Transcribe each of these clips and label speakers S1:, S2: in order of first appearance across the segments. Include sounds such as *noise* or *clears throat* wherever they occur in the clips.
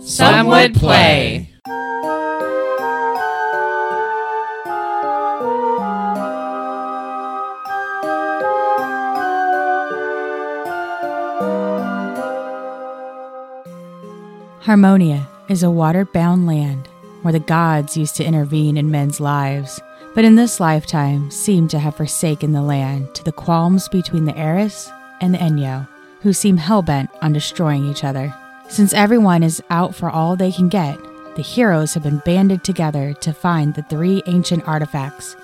S1: Some would play.
S2: Harmonia is a water bound land where the gods used to intervene in men's lives, but in this lifetime seem to have forsaken the land to the qualms between the Eris and the Enyo, who seem hell bent on destroying each other. Since everyone is out for all they can get, the heroes have been banded together to find the three ancient artifacts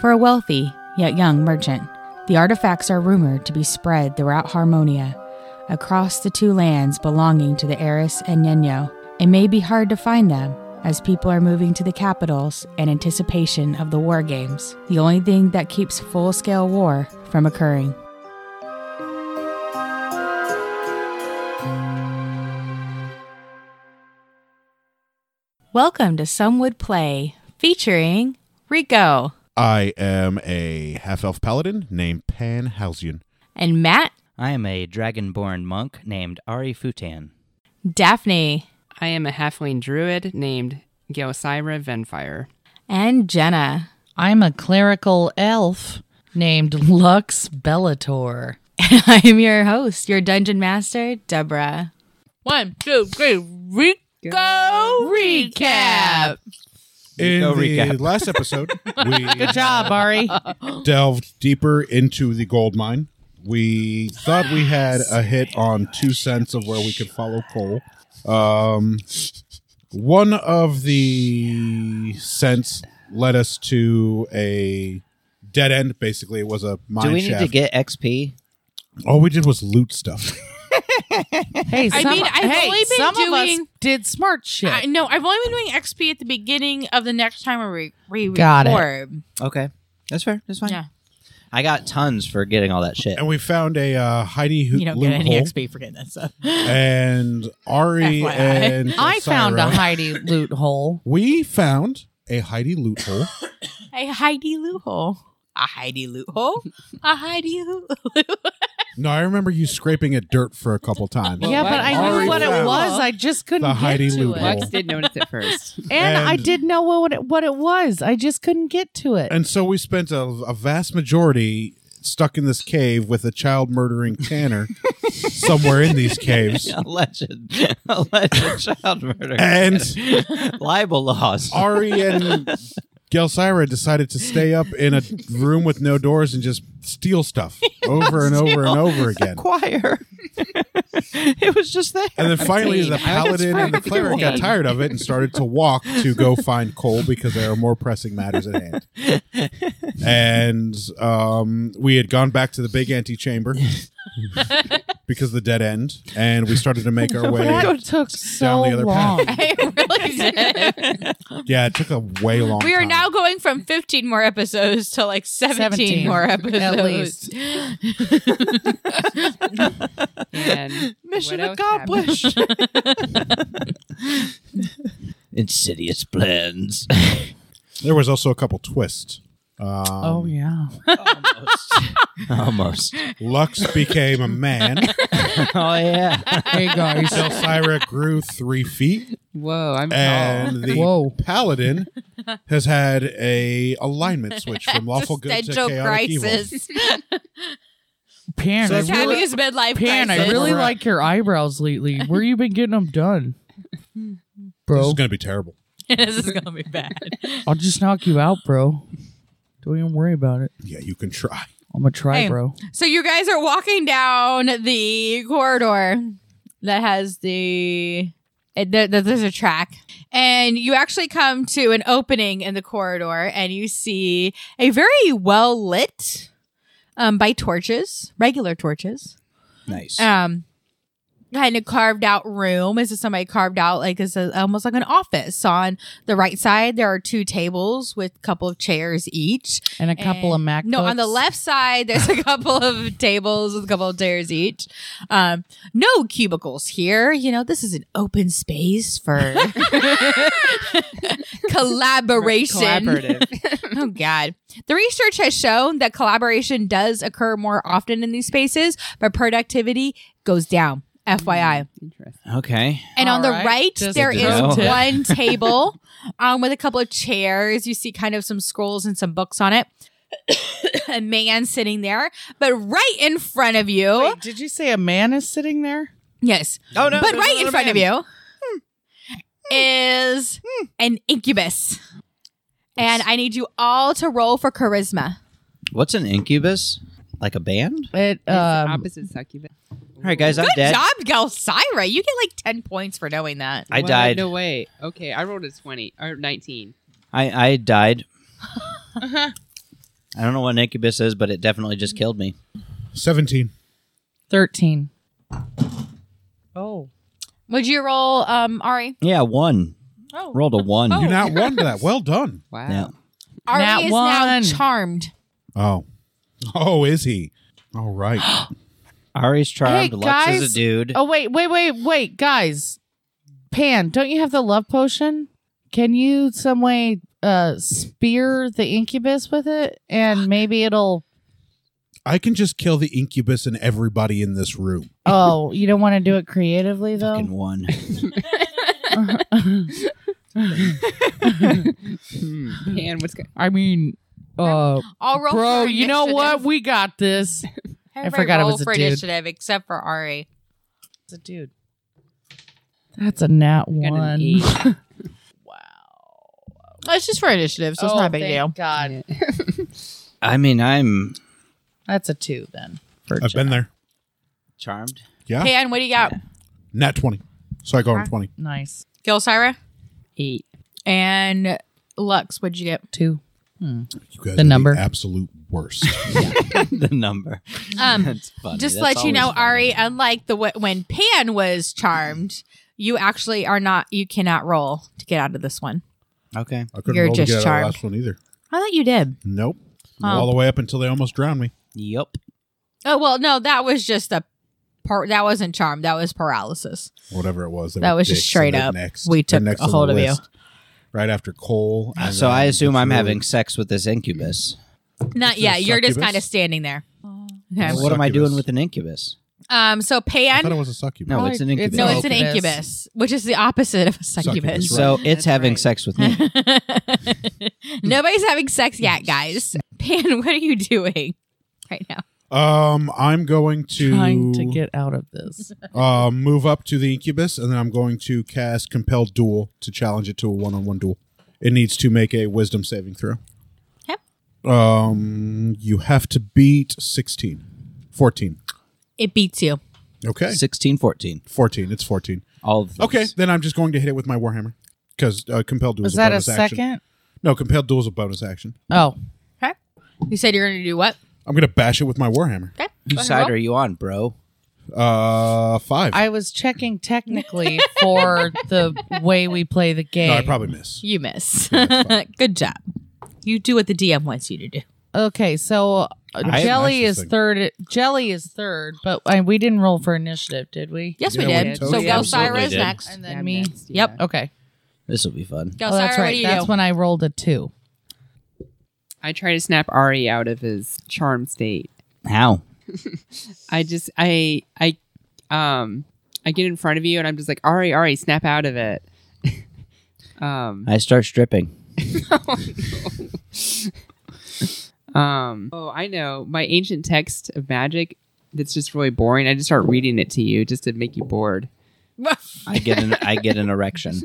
S2: for a wealthy yet young merchant. The artifacts are rumored to be spread throughout Harmonia across the two lands belonging to the Eris and Nino. It may be hard to find them as people are moving to the capitals in anticipation of the war games, the only thing that keeps full scale war from occurring. Welcome to Some Would Play featuring Rico
S3: I am a half elf paladin named Pan Halcyon.
S2: and Matt,
S4: I am a dragonborn monk named Ari Futan.
S2: Daphne,
S1: I am a halfling druid named Gelsira Venfire.
S2: and Jenna.
S5: I'm a clerical elf named Lux Bellator.
S2: *laughs* I'm your host, your dungeon master, Deborah.
S5: One, two, three, Rico recap.
S3: In
S4: Go
S3: the
S4: recap.
S3: *laughs* last episode, we
S5: Good job,
S3: *laughs*
S5: Ari.
S3: delved deeper into the gold mine. We thought we had a hit on two cents of where we could follow coal. Um, one of the cents led us to a dead end. Basically, it was a mine
S4: Do we need
S3: shaft.
S4: to get XP?
S3: All we did was loot stuff.
S5: Hey,
S6: I
S5: some,
S6: mean, I've
S5: hey,
S6: only been
S5: some of us
S6: doing-
S5: did smart shit.
S6: I, no, I've only been doing XP at the beginning of the next time we, we
S5: Got it.
S6: record.
S4: Okay. That's fair. That's fine.
S6: Yeah.
S4: I got tons for getting all that *laughs* shit.
S3: and we found a uh, Heidi who
S5: you don't get any XP for getting that stuff.
S3: and Ari
S5: FYI.
S3: and
S5: *laughs* I found a
S3: Syra.
S5: Heidi loot hole.
S3: We found a Heidi loot hole.
S6: A Heidi Lou hole. A Heidi Lou hole. A Heidi Lou.
S3: No, I remember you scraping at dirt for a couple times.
S5: yeah,
S1: what
S5: but I
S3: Ari
S5: knew what it
S3: found
S5: was. I just couldn't
S3: the
S5: get
S3: Heidi
S5: to
S3: loot
S5: it.
S3: hole.
S1: Lux did notice it *laughs* first.
S5: And, I
S3: And-
S5: didn't know what it, what it was. I just couldn't get to it.
S3: And so we spent a, a vast majority stuck in this cave with a child murdering
S5: *laughs*
S3: Tanner somewhere in these caves.
S4: Alleged, *laughs* alleged child murder,
S3: And
S4: libel laws.
S3: Ari and Gelsira decided to stay up in a room with no doors and just steal stuff over and over and over again.
S4: choir. *laughs* it was just there.
S3: And then finally, the paladin and the cleric got tired of it and started to walk to go find coal because there are more pressing matters at hand. And um, we had gone back to the big antechamber because of the dead end, and we started to make our way.
S5: that took so
S3: the other
S5: long.
S6: *laughs* I
S5: *laughs*
S6: really did.
S3: Yeah, it took a way long.
S6: We are
S3: time.
S6: now going from 15 more episodes to like
S5: 17,
S6: 17, more
S5: at
S6: episodes.
S5: least.
S1: And
S5: Mission
S1: what else
S5: accomplished.
S4: *laughs*
S6: *laughs*
S4: Insidious plans.
S3: There was also a couple twists. Um,
S5: oh yeah.
S4: Almost.
S3: Lux became a man.
S4: Oh yeah.
S5: Hey guys.
S3: Syra grew three feet.
S1: Whoa, I'm tall.
S3: and the
S5: Whoa.
S6: *laughs*
S3: paladin has had a alignment switch from lawful good to
S6: Existential
S3: chaotic evil.
S6: crisis.
S5: *laughs* Pan,
S3: So
S5: I
S3: it's
S5: really-
S6: Having his midlife
S5: Pan, I
S6: crisis.
S5: really
S3: Right.
S5: like your eyebrows lately. Where you been getting them done,
S3: This
S5: bro?
S3: is going to be terrible.
S6: *laughs* this is going to be bad.
S5: I'll just knock you out, bro. Don't even worry about it.
S3: Yeah, you can try.
S5: I'm gonna try,
S6: Hey.
S5: bro.
S6: So you guys are walking down the corridor that has the it- there, there- there's a track, and you actually come to an opening in the corridor, and you see a very well lit um, by torches, regular torches,
S4: Nice.
S6: um, kind of carved out room. Is it somebody carved out like it's a, almost like an office? On the right side, there are two tables with a couple of chairs each,
S5: And a couple
S6: and-
S5: of Mac.
S6: No, on the
S5: books.
S6: left side,
S5: *laughs*
S6: there's a couple of tables with a couple of chairs each. Um, no cubicles here. You know, this is an open space
S5: *laughs*
S6: for *laughs* collaboration.
S1: Collaborative.
S6: Oh God. The research has shown that collaboration does occur more often in these spaces, but productivity goes down
S5: Mm.
S6: FYI.
S1: *laughs* Interesting.
S4: Okay.
S6: And on the
S5: Alright,
S6: right,
S5: just
S6: there
S4: a
S6: is
S4: pro tip.
S6: one
S5: *laughs*
S6: table um, with a couple of chairs. You see kind of some scrolls and some books on it. *coughs* a man sitting there, but right in front of you.
S5: Wait, did you say a man is sitting there?
S6: Yes.
S5: Oh no! Hmm.
S6: but right in front of you is an incubus. And I need you all to roll for charisma.
S4: What's an incubus? Like a band?
S5: It
S1: It's the
S5: um,
S1: opposite succubus.
S4: All right, guys, I'm
S6: Good
S4: dead.
S6: job, Gelsira. You get like 10 points for knowing that.
S4: I
S1: What?
S4: died.
S1: No way. Okay, I rolled a twenty or nineteen.
S4: I, I died.
S6: *laughs* Uh-huh.
S4: I don't know what an incubus is, but it definitely just killed me.
S3: 17.
S5: thirteen. Oh,
S6: Would you roll, um, Ari?
S4: Yeah, one.
S6: Oh.
S4: Rolled a one.
S3: You not won that. Well done.
S1: Wow.
S4: Yeah.
S6: Ari
S5: Nat
S6: is now
S5: one.
S6: charmed.
S3: Oh. Oh, is he? All right.
S4: Ari's charmed.
S5: Hey,
S4: Lux is
S5: guys.
S4: a dude.
S5: oh wait, wait, wait, wait, guys. Pan, don't you have the love potion? Can you some way uh spear the incubus with it, and maybe it'll.
S3: *gasps* I can just kill the incubus and everybody in this room.
S5: Oh, you don't want to do it creatively
S4: Fucking
S5: though.
S4: one.
S1: Hmm. And what's go-
S5: I mean, uh,
S6: I'll roll
S5: bro,
S6: for
S5: you know what?
S6: initiative.
S5: We got this.
S6: Everybody
S5: forgot it
S6: roll
S5: was a
S6: for
S5: dude.
S6: initiative except for Ari.
S5: It's a dude. That's a nat
S1: got an
S5: one.
S1: eight. *laughs*
S5: wow.
S6: Oh, It's just for initiative, so it's
S5: Oh,
S6: not a big
S5: thank
S6: deal.
S5: God.
S4: I mean, I'm
S5: That's a two then. For
S3: I've been there.
S4: charmed. *laughs*
S3: Yeah.
S6: Hey, and what do you got?
S3: Nat 20. So I go on 20.
S5: nice.
S6: Gelsira
S1: eight.
S6: and Lux, what'd you get?
S5: Two.
S3: You guys
S5: The
S3: are
S5: number.
S3: absolute
S6: *laughs*
S3: worst.
S4: the number. *laughs*
S6: Um,
S4: That's funny.
S6: Just to
S4: That's
S6: let you know,
S4: always
S6: Ari,
S4: funny.
S6: unlike the wh- when Pan was charmed, you actually are not. You cannot roll to get out of this one.
S4: Okay.
S3: I couldn't
S6: You're
S3: roll to
S6: just
S3: get out of
S6: charmed.
S3: the last one either.
S6: I thought you did.
S3: Nope.
S6: Oh.
S3: All the way up until they almost drowned me.
S4: Yep.
S6: Oh well, no, that was just a par- that wasn't charmed. That was paralysis.
S3: Whatever it was. they
S6: That
S3: were
S6: was just
S3: dicks,
S6: straight
S3: and they're
S6: up.
S3: Next,
S6: We
S3: they're
S6: took
S3: next
S6: a
S3: on the
S6: hold of you.
S3: list. Right after Cole. and
S4: So I
S3: then
S4: assume I'm
S3: Drew.
S4: having sex with this incubus.
S6: Not
S3: It's a
S6: yet. You're just
S3: succubus?
S6: kind of standing there.
S5: Oh.
S6: Okay.
S4: Well, what am I
S3: Succubus.
S4: doing with an incubus?
S6: Um. So
S3: I thought it
S6: Pan,
S3: was a succubus.
S4: No, Oh, it's an
S5: It's-
S4: incubus.
S6: no, it's an
S5: Succubus.
S6: incubus, which is the opposite of a succubus.
S3: Succubus, right.
S4: so it's
S1: That's
S4: having
S1: right.
S4: sex
S6: *laughs*
S4: with me.
S6: Nobody's having sex yet, guys. Pan, *laughs* what are you doing right now?
S3: Um, I'm going to,
S5: Trying to get out of this.
S3: uh, move up to the incubus, and then I'm going to cast compelled duel to challenge it to a one-on-one duel. It needs to make a wisdom saving throw.
S6: Yep.
S3: Um, you have to beat 16. 14.
S6: It beats you.
S3: Okay.
S4: Sixteen, fourteen.
S3: 14. It's 14.
S4: All of these.
S3: Okay, then I'm just going to hit it with my warhammer because uh, compelled duel
S5: Was
S3: is
S5: that a
S3: bonus action.
S5: second?
S3: No, compelled duel is a bonus action.
S5: Oh.
S6: Okay. You said you're going to do what?
S3: I'm gonna bash it with my warhammer.
S6: Okay. Go
S4: Whose
S6: ahead,
S4: side
S6: roll.
S4: are you on, bro?
S3: Uh, five.
S5: I was checking technically for the way we play the game.
S3: no, I probably miss.
S6: You miss.
S3: that's fine.
S6: *laughs* Good job. You do what the DM wants you to do.
S5: okay, so uh
S4: I-
S5: Jelly
S3: Nice
S5: is
S3: thing.
S5: third. Jelly is third, but uh, we didn't roll for initiative, did we?
S6: Yes,
S3: Yeah,
S6: we
S3: we
S6: did.
S3: totally
S6: So
S5: did.
S6: Gelsira
S4: Absolutely
S6: is
S4: did.
S6: next.
S5: And
S1: Yeah,
S5: then me.
S1: next,
S6: Yep.
S1: yeah.
S5: Okay,
S4: This will be fun.
S6: Gelsira,
S5: oh, that's
S6: what
S5: right.
S6: do you
S5: That's
S6: do?
S5: when I rolled a two.
S1: I try to snap Ari out of his charm state.
S4: How?
S1: I just I I um I get in front of you and I'm just like Ari Ari snap out of it. *laughs* um
S4: I start stripping.
S1: um oh I know my ancient text of magic that's just really boring. I just start reading it to you just to make you *laughs* bored.
S4: I get an I get an erection.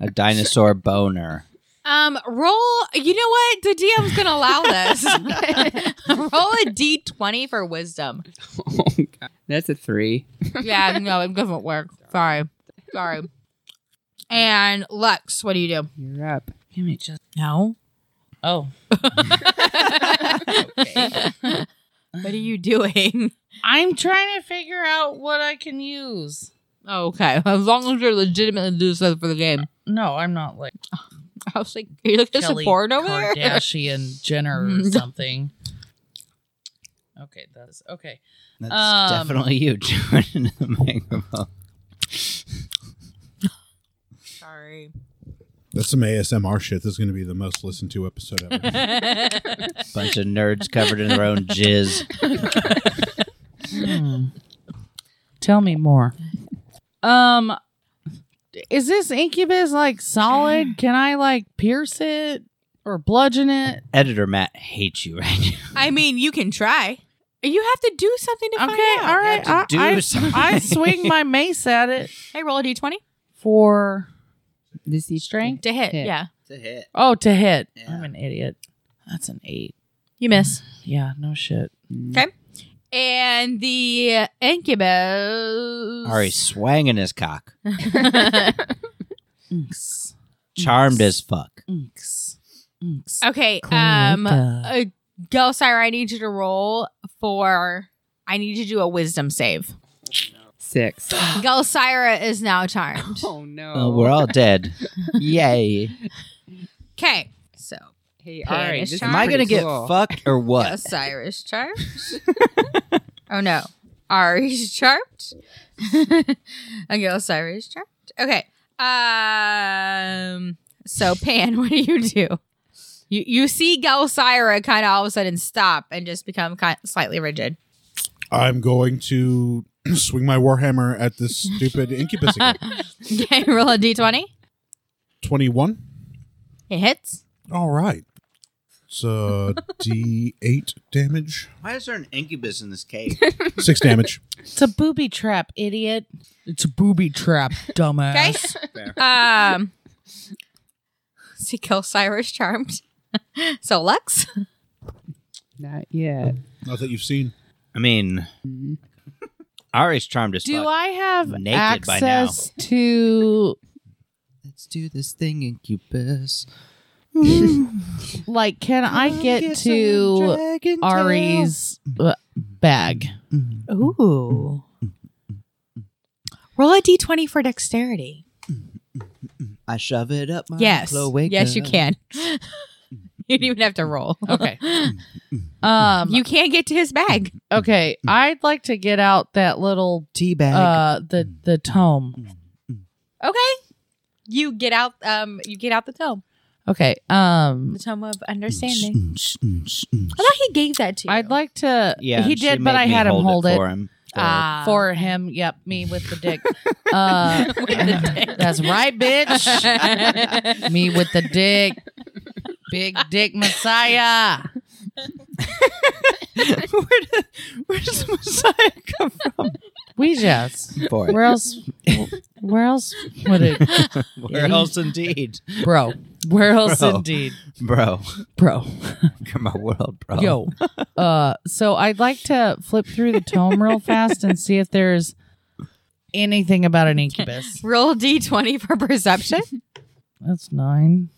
S4: A dinosaur boner.
S6: Um, roll. You know what? The DM's going to allow *laughs* this. roll a d20 for wisdom.
S1: Oh god. That's a 3.
S6: Yeah, no, it doesn't work. Sorry. Sorry. And Lux, what do you do?
S1: You're up.
S5: Give me just.
S6: No.
S5: Oh,
S6: What are you doing?
S5: I'm trying to figure out what I can use.
S6: Okay. As long as you're legitimately doing something for the game.
S5: No, I'm not like
S6: I was like, are you looking at
S5: Kelly
S6: support over there?
S5: Kardashian Jenner or
S6: Mm.
S5: something. Okay, that's okay.
S4: That's
S5: Um.
S4: definitely you, *laughs* Jordan. in the microphone.
S6: Sorry.
S3: That's some ASMR shit. This is gonna be the most listened to episode ever.
S4: Bunch of nerds covered in their own jizz.
S5: Hmm. Tell me more. Um, is this incubus like solid? Can I like pierce it or bludgeon it?
S4: Editor Matt hates you right now.
S6: I mean, you can try. You have to do something
S5: Okay,
S6: to
S5: all
S6: find out.
S5: right.
S4: You have to
S5: I,
S4: do
S5: I-
S4: something.
S5: I swing my mace at it
S6: Hey, roll a d20
S5: for
S1: This is
S5: Strength?
S6: to hit.
S1: Hit.
S6: Yeah,
S4: It's a hit.
S5: oh to hit.
S4: Yeah.
S5: I'm an idiot. That's an eight.
S6: you miss.
S5: Yeah, no shit.
S6: And the incubus.
S4: Ari swanging his cock.
S5: Inks.
S4: Charmed as fuck.
S5: Inks. Inks. *laughs*
S6: okay. Um, uh, Gelsire, I need you to roll for. I need you to do a wisdom save.
S1: six.
S6: Gelsira is now charmed.
S1: *laughs* Oh no.
S4: Oh, we're all dead. Yay.
S6: Okay, so
S1: hey,
S6: Pan
S1: all right.
S6: is
S1: This is
S6: charmed.
S4: Am I going to
S1: pretty
S4: get
S1: cool.
S4: fucked or what?
S6: Gelsira is charmed. oh no, Ari's charmed. *laughs* and Gelsira is charmed. Okay. Um. So Pan, *laughs* what do you do? You you see Gelsira kind of all of a sudden stop and just become kind slightly rigid. *laughs*
S3: I'm going to *clears throat* swing my warhammer at this stupid incubus again.
S6: Okay, roll a d twenty.
S3: 21.
S6: It hits.
S3: All right. It's a D8 damage.
S4: Why is there an incubus in this cave?
S3: Six damage.
S5: It's a booby trap, idiot. It's a booby trap,
S6: Okay.
S5: dumbass.
S6: um. *laughs* See, Gelsira is charmed. *laughs* so Lux.
S1: Not yet.
S3: Not that you've seen.
S4: I mean, Ari's charmed as
S5: Do
S4: fuck.
S5: I have
S4: Naked by now.
S5: access to
S4: Let's do this thing, incubus. Mm-hmm.
S5: like? Can
S4: *laughs*
S5: I get to Ari's uh, bag?
S4: Mm-hmm.
S6: Ooh. Roll a d20 for dexterity.
S4: I shove it up my
S6: yes.
S4: cloaca.
S6: Yes, you
S4: *laughs*
S6: can. you don't even have to roll.
S5: Okay. *laughs*
S4: Oh.
S5: Um.
S6: you can't get to his bag.
S5: okay. I'd like to get out that little
S4: Teabag.
S5: uh the the tome.
S6: Okay. You get out um you get out the tome.
S5: Okay.
S6: The
S5: Um.
S6: tome of understanding. I thought he gave that to you.
S5: I'd like to.
S4: yeah,
S5: He
S4: she
S5: did, but
S4: made
S5: I
S4: me
S5: had him hold it. Uh,
S4: for him. So-
S6: Ah.
S5: for him. Yep, me with the dick. Uh,
S6: With the dick.
S5: *laughs* That's right, bitch. me with the dick. Big dick messiah.
S4: where, did, where does Messiah come from?
S5: We just.
S4: For *laughs*
S5: Where
S4: it.
S5: else? Where else would it, *laughs*
S4: Where else indeed?
S5: bro? Where else
S4: Bro.
S5: indeed,
S4: Bro. *laughs*
S5: bro?
S4: Come on, world, bro.
S5: Yo, uh, so I'd like to flip through the tome real fast and see if there's anything about an incubus.
S6: roll d20 for perception.
S5: That's nine.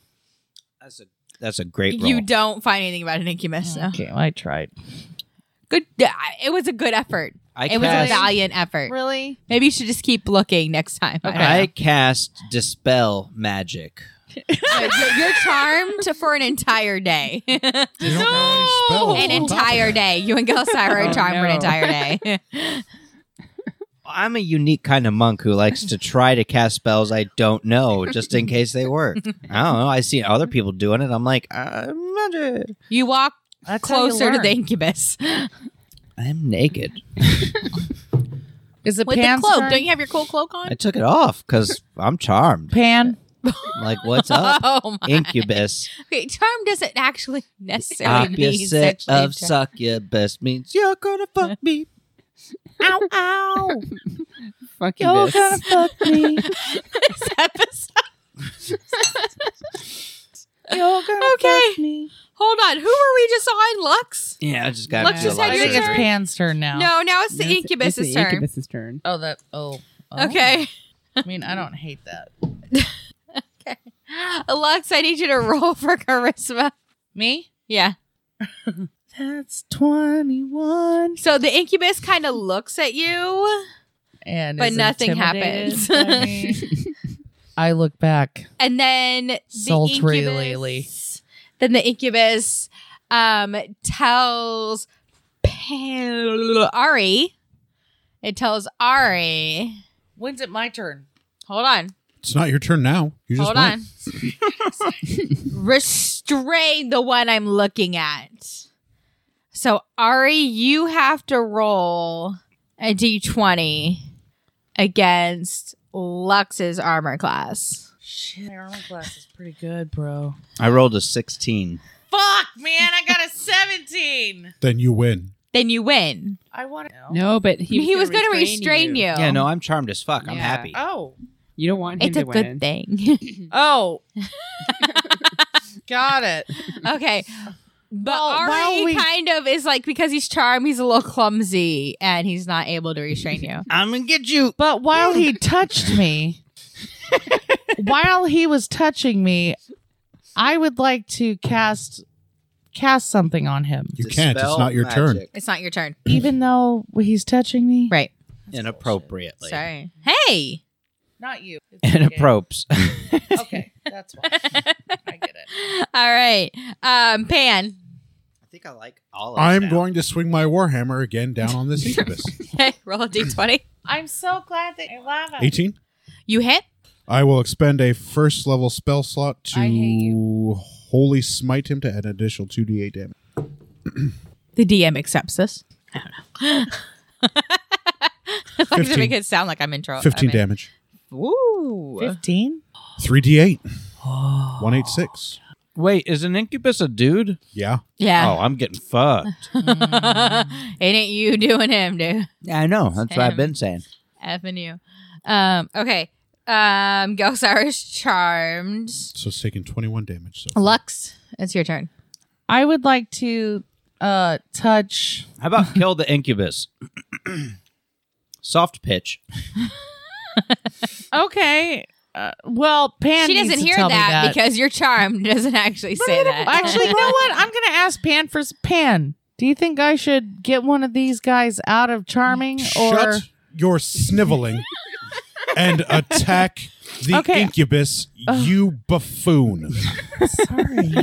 S4: That's a, that's a great roll.
S6: you don't find anything about an incubus. No.
S5: Okay, I tried.
S6: Good it was a good effort.
S4: I
S6: it was a
S4: cast-
S6: valiant effort.
S5: Really?
S6: Maybe you should just keep looking next time. I don't know.
S4: I cast Dispel Magic.
S6: But you're, you're charmed for an entire day. *laughs* an
S3: You don't know any spells on top of
S6: entire
S3: that.
S6: day. You and Gelsira are
S1: Oh,
S6: charmed for an
S1: no.
S6: entire day.
S4: I'm a unique kind of monk who likes to try to cast spells I don't know just in case they work. I don't know. I see other people doing it. I'm like, I'm magic.
S6: You walk
S5: That's how you
S6: closer to
S5: learn.
S6: the incubus.
S4: I'm naked.
S5: Is it
S6: *laughs* With
S5: Pan's
S6: the cloak.
S5: turn?
S6: Don't you have your cool cloak on? *laughs*
S4: I took it off because I'm charmed.
S5: Pan.
S4: Like, what's
S6: *laughs*
S4: up?
S6: Oh my.
S4: Incubus,
S6: Okay, charm doesn't actually necessarily mean
S4: opposite
S6: sexually
S4: of
S6: charmed.
S4: succubus means you're gonna fuck me.
S5: Ow! *laughs* Ow!
S1: Fuck you.
S5: You're gonna fuck me.
S6: This *laughs* episode.
S5: You're gonna
S6: Okay.
S5: fuck me.
S6: Hold on. Who were we just on, Lux?
S4: Yeah, I just got.
S6: Lux
S4: into a
S6: just
S4: lot
S6: had
S5: I
S4: of
S6: your
S5: think it's
S4: surgery.
S6: turn.
S5: Pan's turn now.
S6: No, now it's the
S1: It's-
S6: incubus's
S1: it's the
S6: turn.
S1: Incubus's
S6: *laughs*
S1: turn.
S5: Oh, that. Oh. oh.
S6: Okay.
S5: I mean, I don't hate that.
S6: Lux, I need you to *laughs* roll for charisma.
S5: Me?
S6: Yeah.
S5: That's twenty-one.
S6: So the incubus kind of looks at you.
S5: And
S6: But
S5: is
S6: nothing
S5: intimidated
S6: happens.
S5: by me. I look back.
S6: *laughs* and then the
S5: Sultry
S6: incubus,
S5: Lily.
S6: Then the incubus um, tells Pan- Ari. It tells Ari.
S5: When's it my turn?
S6: Hold on,
S3: It's not your turn now. You just
S6: hold
S3: went.
S6: on. *laughs* Restrain the one I'm looking at. So Ari, you have to roll a d20 against Lux's armor class.
S5: Shit, my armor class is pretty good, bro.
S4: I rolled a 16.
S5: Fuck, man, I got a 17.
S3: Then you win.
S6: Then you win.
S5: I want to
S1: No, but he,
S6: He, was going to restrain you.
S4: Yeah, no, I'm charmed as fuck. I'm
S1: Yeah.
S4: happy.
S5: Oh.
S1: You don't want him
S6: It's
S1: to
S6: a
S1: win.
S6: good thing. *laughs*
S5: Oh. *laughs* got it.
S6: okay. But
S5: Well,
S6: Ari
S5: while we-
S6: kind of is like because he's charmed, he's a little clumsy and he's not able to restrain you.
S4: I'm gonna get you.
S5: But while *laughs* he touched me, while he was touching me, I would like to cast cast something on him,
S3: You can't. It's
S4: Dispel
S3: not your turn.
S4: magic
S6: It's not your turn.
S5: even though he's touching me.
S6: Right.
S4: Inappropriately. *laughs*
S6: Sorry. Hey.
S5: Not you.
S4: Inappropes.
S5: Okay, that's why. I get it.
S6: All right. Um, Pan. *laughs*
S4: I think I like all of
S3: I'm
S4: them.
S3: going to swing my warhammer again down on
S5: *laughs*
S3: this incubus.
S6: Okay, roll a d20.
S5: I'm so glad that you love him.
S3: 18.
S6: You hit.
S3: I will expend a first level spell slot
S5: I hate
S3: to holy smite him to add an additional 2d8 damage.
S6: The DM accepts this. *laughs* I don't know. I like to make
S3: 15.
S6: it sound like I'm in trouble.
S3: 15 damage.
S6: Ooh.
S5: 15? *sighs*
S3: 3d8. 186.
S4: Wait, is an incubus a dude?
S3: Yeah.
S4: Oh,
S6: Yeah.
S4: I'm getting fucked.
S6: it ain't you doing him, dude.
S4: *laughs* yeah, I know. That's what I've been saying.
S6: Effing you. Um, okay. Um, Gelsar is charmed.
S3: So it's taking 21 damage. So
S6: Lux, it's your turn.
S5: I would like to uh touch
S4: How about kill the incubus? *clears throat* Soft pitch.
S5: Okay. Uh, well, Pan
S6: she
S5: needs
S6: doesn't
S5: to
S6: hear
S5: tell me
S6: that, because you're charmed doesn't actually say that.
S5: *laughs*
S6: *laughs*
S5: Actually, you know what? I'm going to ask Pan for s- Pan. Do you think I should get one of these guys out of charming or *laughs*
S3: Shut your sniveling and attack the
S5: Okay.
S3: incubus, you buffoon.
S5: *laughs* sorry.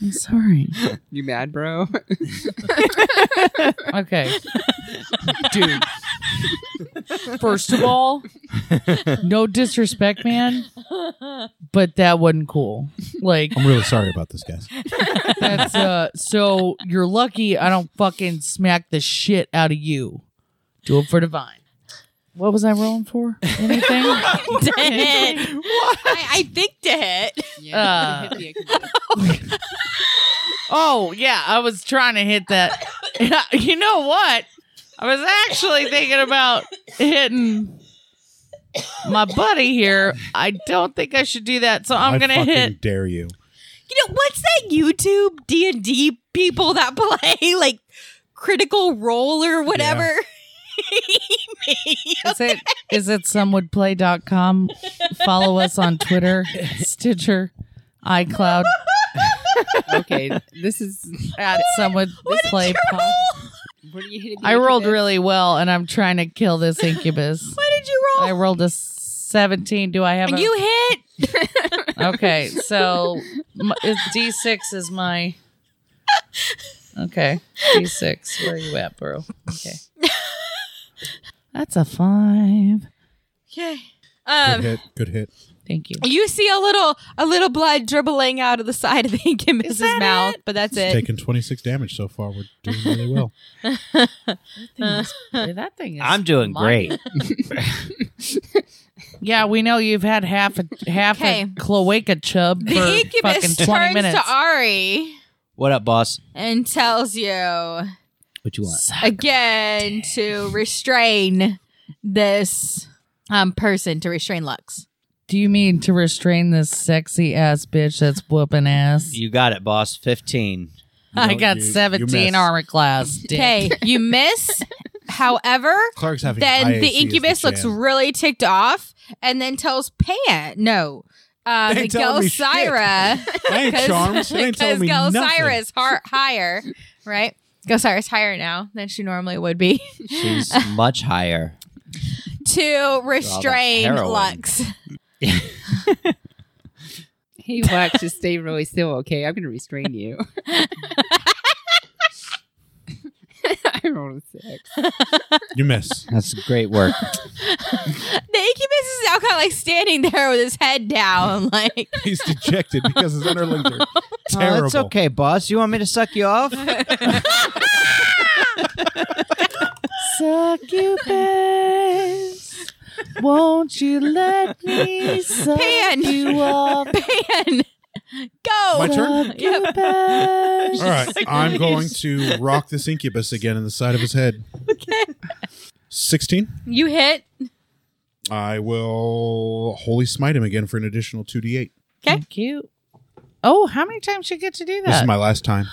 S5: I'm sorry.
S1: You mad, bro? *laughs*
S5: Okay. Dude. First of all, no disrespect, man, but that wasn't cool. Like
S3: I'm really sorry about this, guys.
S5: that's uh so you're lucky I don't fucking smack the shit out of you. Do it for divine. What was I rolling for? Anything?
S6: to hit. I, I think to hit.
S5: Uh, Oh, yeah. I was trying to hit
S6: *laughs*
S5: that. *laughs* you know what? I was actually thinking about hitting my buddy here. I don't think I should do that. So I'm
S3: I
S5: going to
S3: fucking
S5: hit.
S6: *laughs*
S3: dare you.
S6: You know what's that YouTube D and D people that *laughs* play like Critical Role or whatever? *laughs*
S5: Is it, is it somewouldplay.com? Follow us on
S6: *laughs*
S5: Twitter, Stitcher, iCloud,
S1: okay, this
S4: *laughs*
S1: is.
S5: at somewouldplay.
S1: What are you hitting? the
S5: I rolled
S1: incubus?
S5: really well, and I'm trying to kill this
S6: *laughs*
S5: incubus.
S6: Why did you roll?
S5: I rolled a 17. Do I have
S6: and
S5: a.
S6: you hit.
S5: Okay, so m- it's D6 is my. Okay, D6. Where you at, bro? Okay. That's a five.
S6: Okay.
S3: Good
S6: Um,
S3: hit. Good hit.
S5: Thank
S6: *laughs*
S5: you.
S6: you see a little a little blood dribbling out of the side of the *laughs* incubus's
S5: that
S6: mouth, but that's it.
S3: It's taken 26 damage so far. We're doing
S6: *laughs*
S3: really well.
S5: That thing is.
S4: I'm doing great.
S5: Yeah, we know you've had half a half
S6: Okay.
S5: a cloaca chub for
S6: The
S5: fucking
S6: incubus
S5: twenty
S6: turns
S5: minutes.
S6: to Ari
S4: What up, boss?
S6: and tells you
S4: What you want?
S6: again to restrain this um person to restrain Lux.
S5: Do you mean to restrain this sexy ass bitch that's whooping ass?
S4: You got it, boss. 15.
S5: I
S3: No,
S5: got
S3: you- you
S5: seventeen
S3: missed.
S5: armor class. dick.
S6: Okay, you *laughs* miss. However,
S3: Clark's having high
S6: then the
S3: AC is
S6: incubus looks
S3: jam.
S6: really ticked off and then tells Pan no. Um,
S3: They ain't telling me shit.
S6: Gelsira,
S3: I
S6: *laughs*
S3: ain't charmed. They ain't
S6: because
S3: telling me
S6: Gelsira
S3: nothing.
S6: is har- higher, right? Gelsira is higher now than she normally would be *laughs*
S4: *laughs* She's much higher.
S3: Oh,
S6: to restrain
S4: heroin.
S6: Lux. *laughs*
S1: Hey, Lex, just stay really still, okay? I'm going to restrain *laughs* you. I rolled a six.
S3: You miss. *laughs*
S4: That's great *laughs* work.
S6: The incubus is now kind of like standing there with his head down, *laughs* like
S3: He's dejected because his
S6: *laughs*
S3: underlings are
S4: Oh,
S3: terrible.
S4: it's okay, boss. You want me to suck you *laughs* off? Oh,
S5: Suck you, babe. Won't you let me suck
S6: Pan.
S5: you *laughs* up?
S6: Pan, go.
S3: My turn?
S5: Suck you back?
S6: Oh, *laughs*
S3: All right, I'm going to rock this incubus again in the side of his head. Sixteen.
S6: You hit.
S3: I will holy smite him again for an additional two d eight.
S5: Thank you. Oh, how many times you get to do
S3: This
S5: that?
S3: is my last time.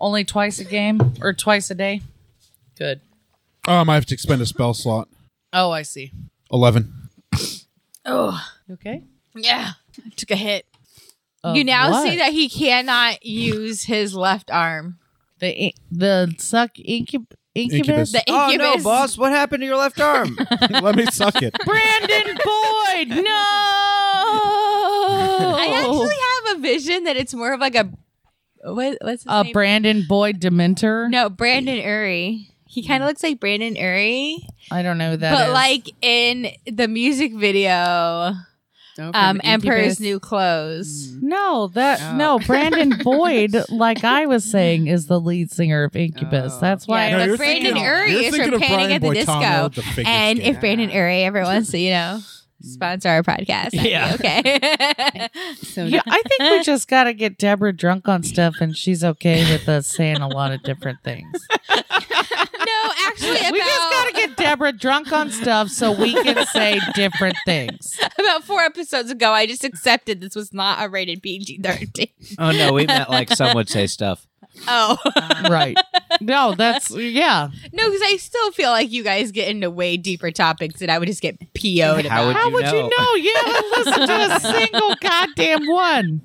S5: Only twice a game or twice a day. Good.
S3: Um, I have to expend a spell slot.
S5: Oh, I see.
S6: *laughs*
S3: Eleven.
S6: Oh,
S5: Okay.
S6: yeah. I took a hit.
S5: Of
S6: you now
S5: what?
S6: see that he cannot use his left arm.
S5: the in- the suck incub- incubus.
S3: Incubus.
S6: The
S4: Oh
S6: incubus.
S4: no, boss! What happened to your left *laughs* arm?
S3: Let me suck it.
S5: *laughs* Brandon Boyd. No.
S6: I actually have a vision that it's more of like a what, what's his
S5: uh,
S6: name?
S5: Brandon Boyd Dementor.
S6: no, Brandon Uri. He kind of looks like Brandon Uri,
S5: I don't know who Hmm. that.
S6: but
S5: is.
S6: like in the music video,
S1: Oh, from
S6: um,
S1: Incubus.
S6: Emperor's
S1: Mm,
S6: New Clothes.
S5: Hmm. no, that
S1: Oh.
S5: no Brandon Boyd. Like I was saying, is the lead singer of Incubus.
S1: Oh.
S5: That's why.
S6: Yeah,
S5: I
S6: but
S5: was
S6: Brandon
S5: thinking-
S6: Uri
S3: you're
S6: is
S3: thinking
S6: from
S3: of
S6: Panic
S3: Brian
S6: at the Disco.
S3: Boitano, the fake
S6: And
S3: escape.
S6: if Brandon Uri ever wants to, you
S4: *laughs*
S6: know, sponsor our podcast, that'd be
S4: Yeah. *laughs*
S6: okay. *laughs*
S5: *laughs*
S1: So
S5: Yeah, I think we just got to get Deborah drunk on stuff, and she's okay with us saying a lot of different things.
S6: *laughs* no, actually, about,
S5: we just got to get Deborah drunk on stuff so we can say different things.
S6: about four episodes ago, I just accepted this was not a rated PG 13.
S4: oh no, we meant like some would say stuff.
S6: Oh,
S5: Right. No, that's, yeah.
S6: *laughs* no, because I still feel like you guys get into way deeper topics that I would just get PO'd
S4: How
S6: about.
S4: would
S5: How
S4: you
S5: would you
S4: know?
S5: know? You haven't listened to a single goddamn one.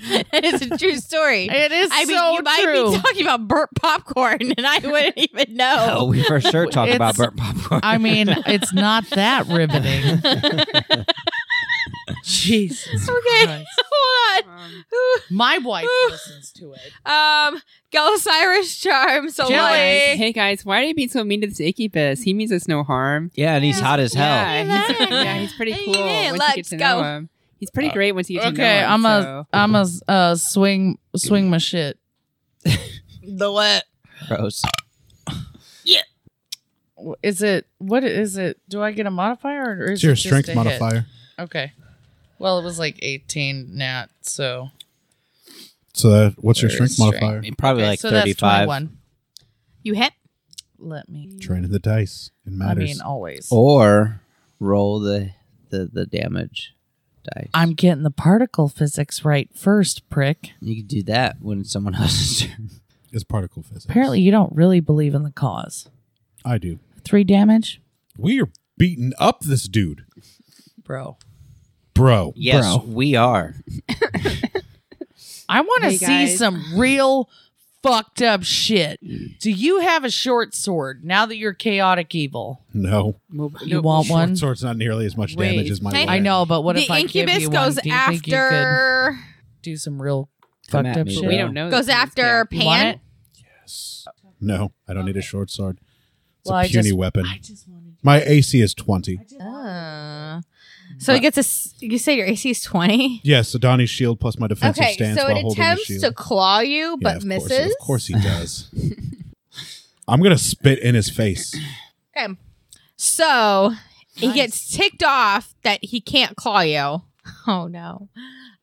S6: *laughs* it's a true story.
S5: It is
S6: I mean,
S5: so
S6: you might
S5: true.
S6: be talking about burnt popcorn, and I wouldn't even
S4: Oh,
S6: know.
S4: we for sure *laughs* talk about
S5: It's-
S4: burnt popcorn.
S5: I mean, it's not that riveting. *laughs* Jesus.
S6: *laughs* okay,
S5: Christ.
S6: hold on.
S1: Um,
S5: My wife listens to it.
S6: Um, Gelosirus charm. So
S5: Jelly.
S6: like-
S1: Hey guys, why are you being so mean to this Ickybus? He means us no harm.
S4: *laughs* yeah, and he's hot as hell.
S1: Yeah, he's,
S6: Hello.
S1: yeah, he's pretty
S6: Hey,
S1: cool.
S6: yeah,
S1: once you get
S6: let's
S1: to
S6: go.
S1: know him, he's pretty great once you get to know
S5: Okay,
S1: him.
S5: I'm
S1: so-
S5: a, I'm a, uh, swing, swing my shit.
S6: the what?
S4: Gross.
S5: Is it, what is it? Do I get a modifier or is
S3: It's your
S5: it just a
S3: strength
S5: hit?
S3: modifier.
S5: Okay. Well, it was like 18 nat, so.
S3: So that, what's
S5: Or
S3: your strength
S5: strength.
S3: modifier?
S4: I mean, probably
S5: Okay,
S4: like
S5: so That's
S4: 35.
S5: 21.
S6: You hit?
S5: Let me.
S3: Training the dice. It
S5: I
S3: matters.
S5: mean, always.
S4: or roll the the, the damage dice.
S5: I'm getting the particle physics right first, prick.
S4: you can do that when it's someone *laughs* else's turn.
S3: it's particle physics.
S5: Apparently, you don't really believe in the cause.
S3: I do.
S5: Three damage?
S3: We are beating up this dude,
S5: Bro.
S3: bro.
S4: Yes,
S3: bro.
S4: we are.
S5: I want to
S1: Hey,
S5: see
S1: guys.
S5: some real fucked up shit. Do you have a short sword now that you're chaotic evil?
S3: No,
S1: Well,
S5: You
S1: no,
S5: want
S3: short
S5: one?
S3: sword's not nearly as much
S1: Wait.
S3: damage as my.
S6: Hey,
S3: weapon.
S5: I know, but what
S6: the
S5: if I give
S6: incubus
S5: you
S6: goes
S5: one? Do you think you could
S6: after
S5: do some real
S4: Come
S5: fucked
S4: at
S5: up
S4: me,
S5: shit?
S1: but we don't know.
S6: goes
S1: this
S6: after
S1: yet.
S5: Oh, You want
S6: Pan.
S5: it?
S3: No, I don't need a short sword. It's
S5: Well,
S3: a
S5: I
S3: puny
S5: just-
S3: weapon. my AC is twenty.
S6: Uh, so he gets a. s- You say your AC is twenty.
S3: Yes, so Donnie's shield plus my defensive
S6: Okay,
S3: stance
S6: so
S3: while
S6: it
S3: holding his
S6: attempts
S3: shield.
S6: to claw you
S3: Yeah,
S6: but
S3: of course-
S6: misses.
S3: of course he does.
S6: *laughs*
S3: I'm gonna spit in his face.
S6: Okay. So he gets ticked off that he can't claw you. *laughs* Oh no.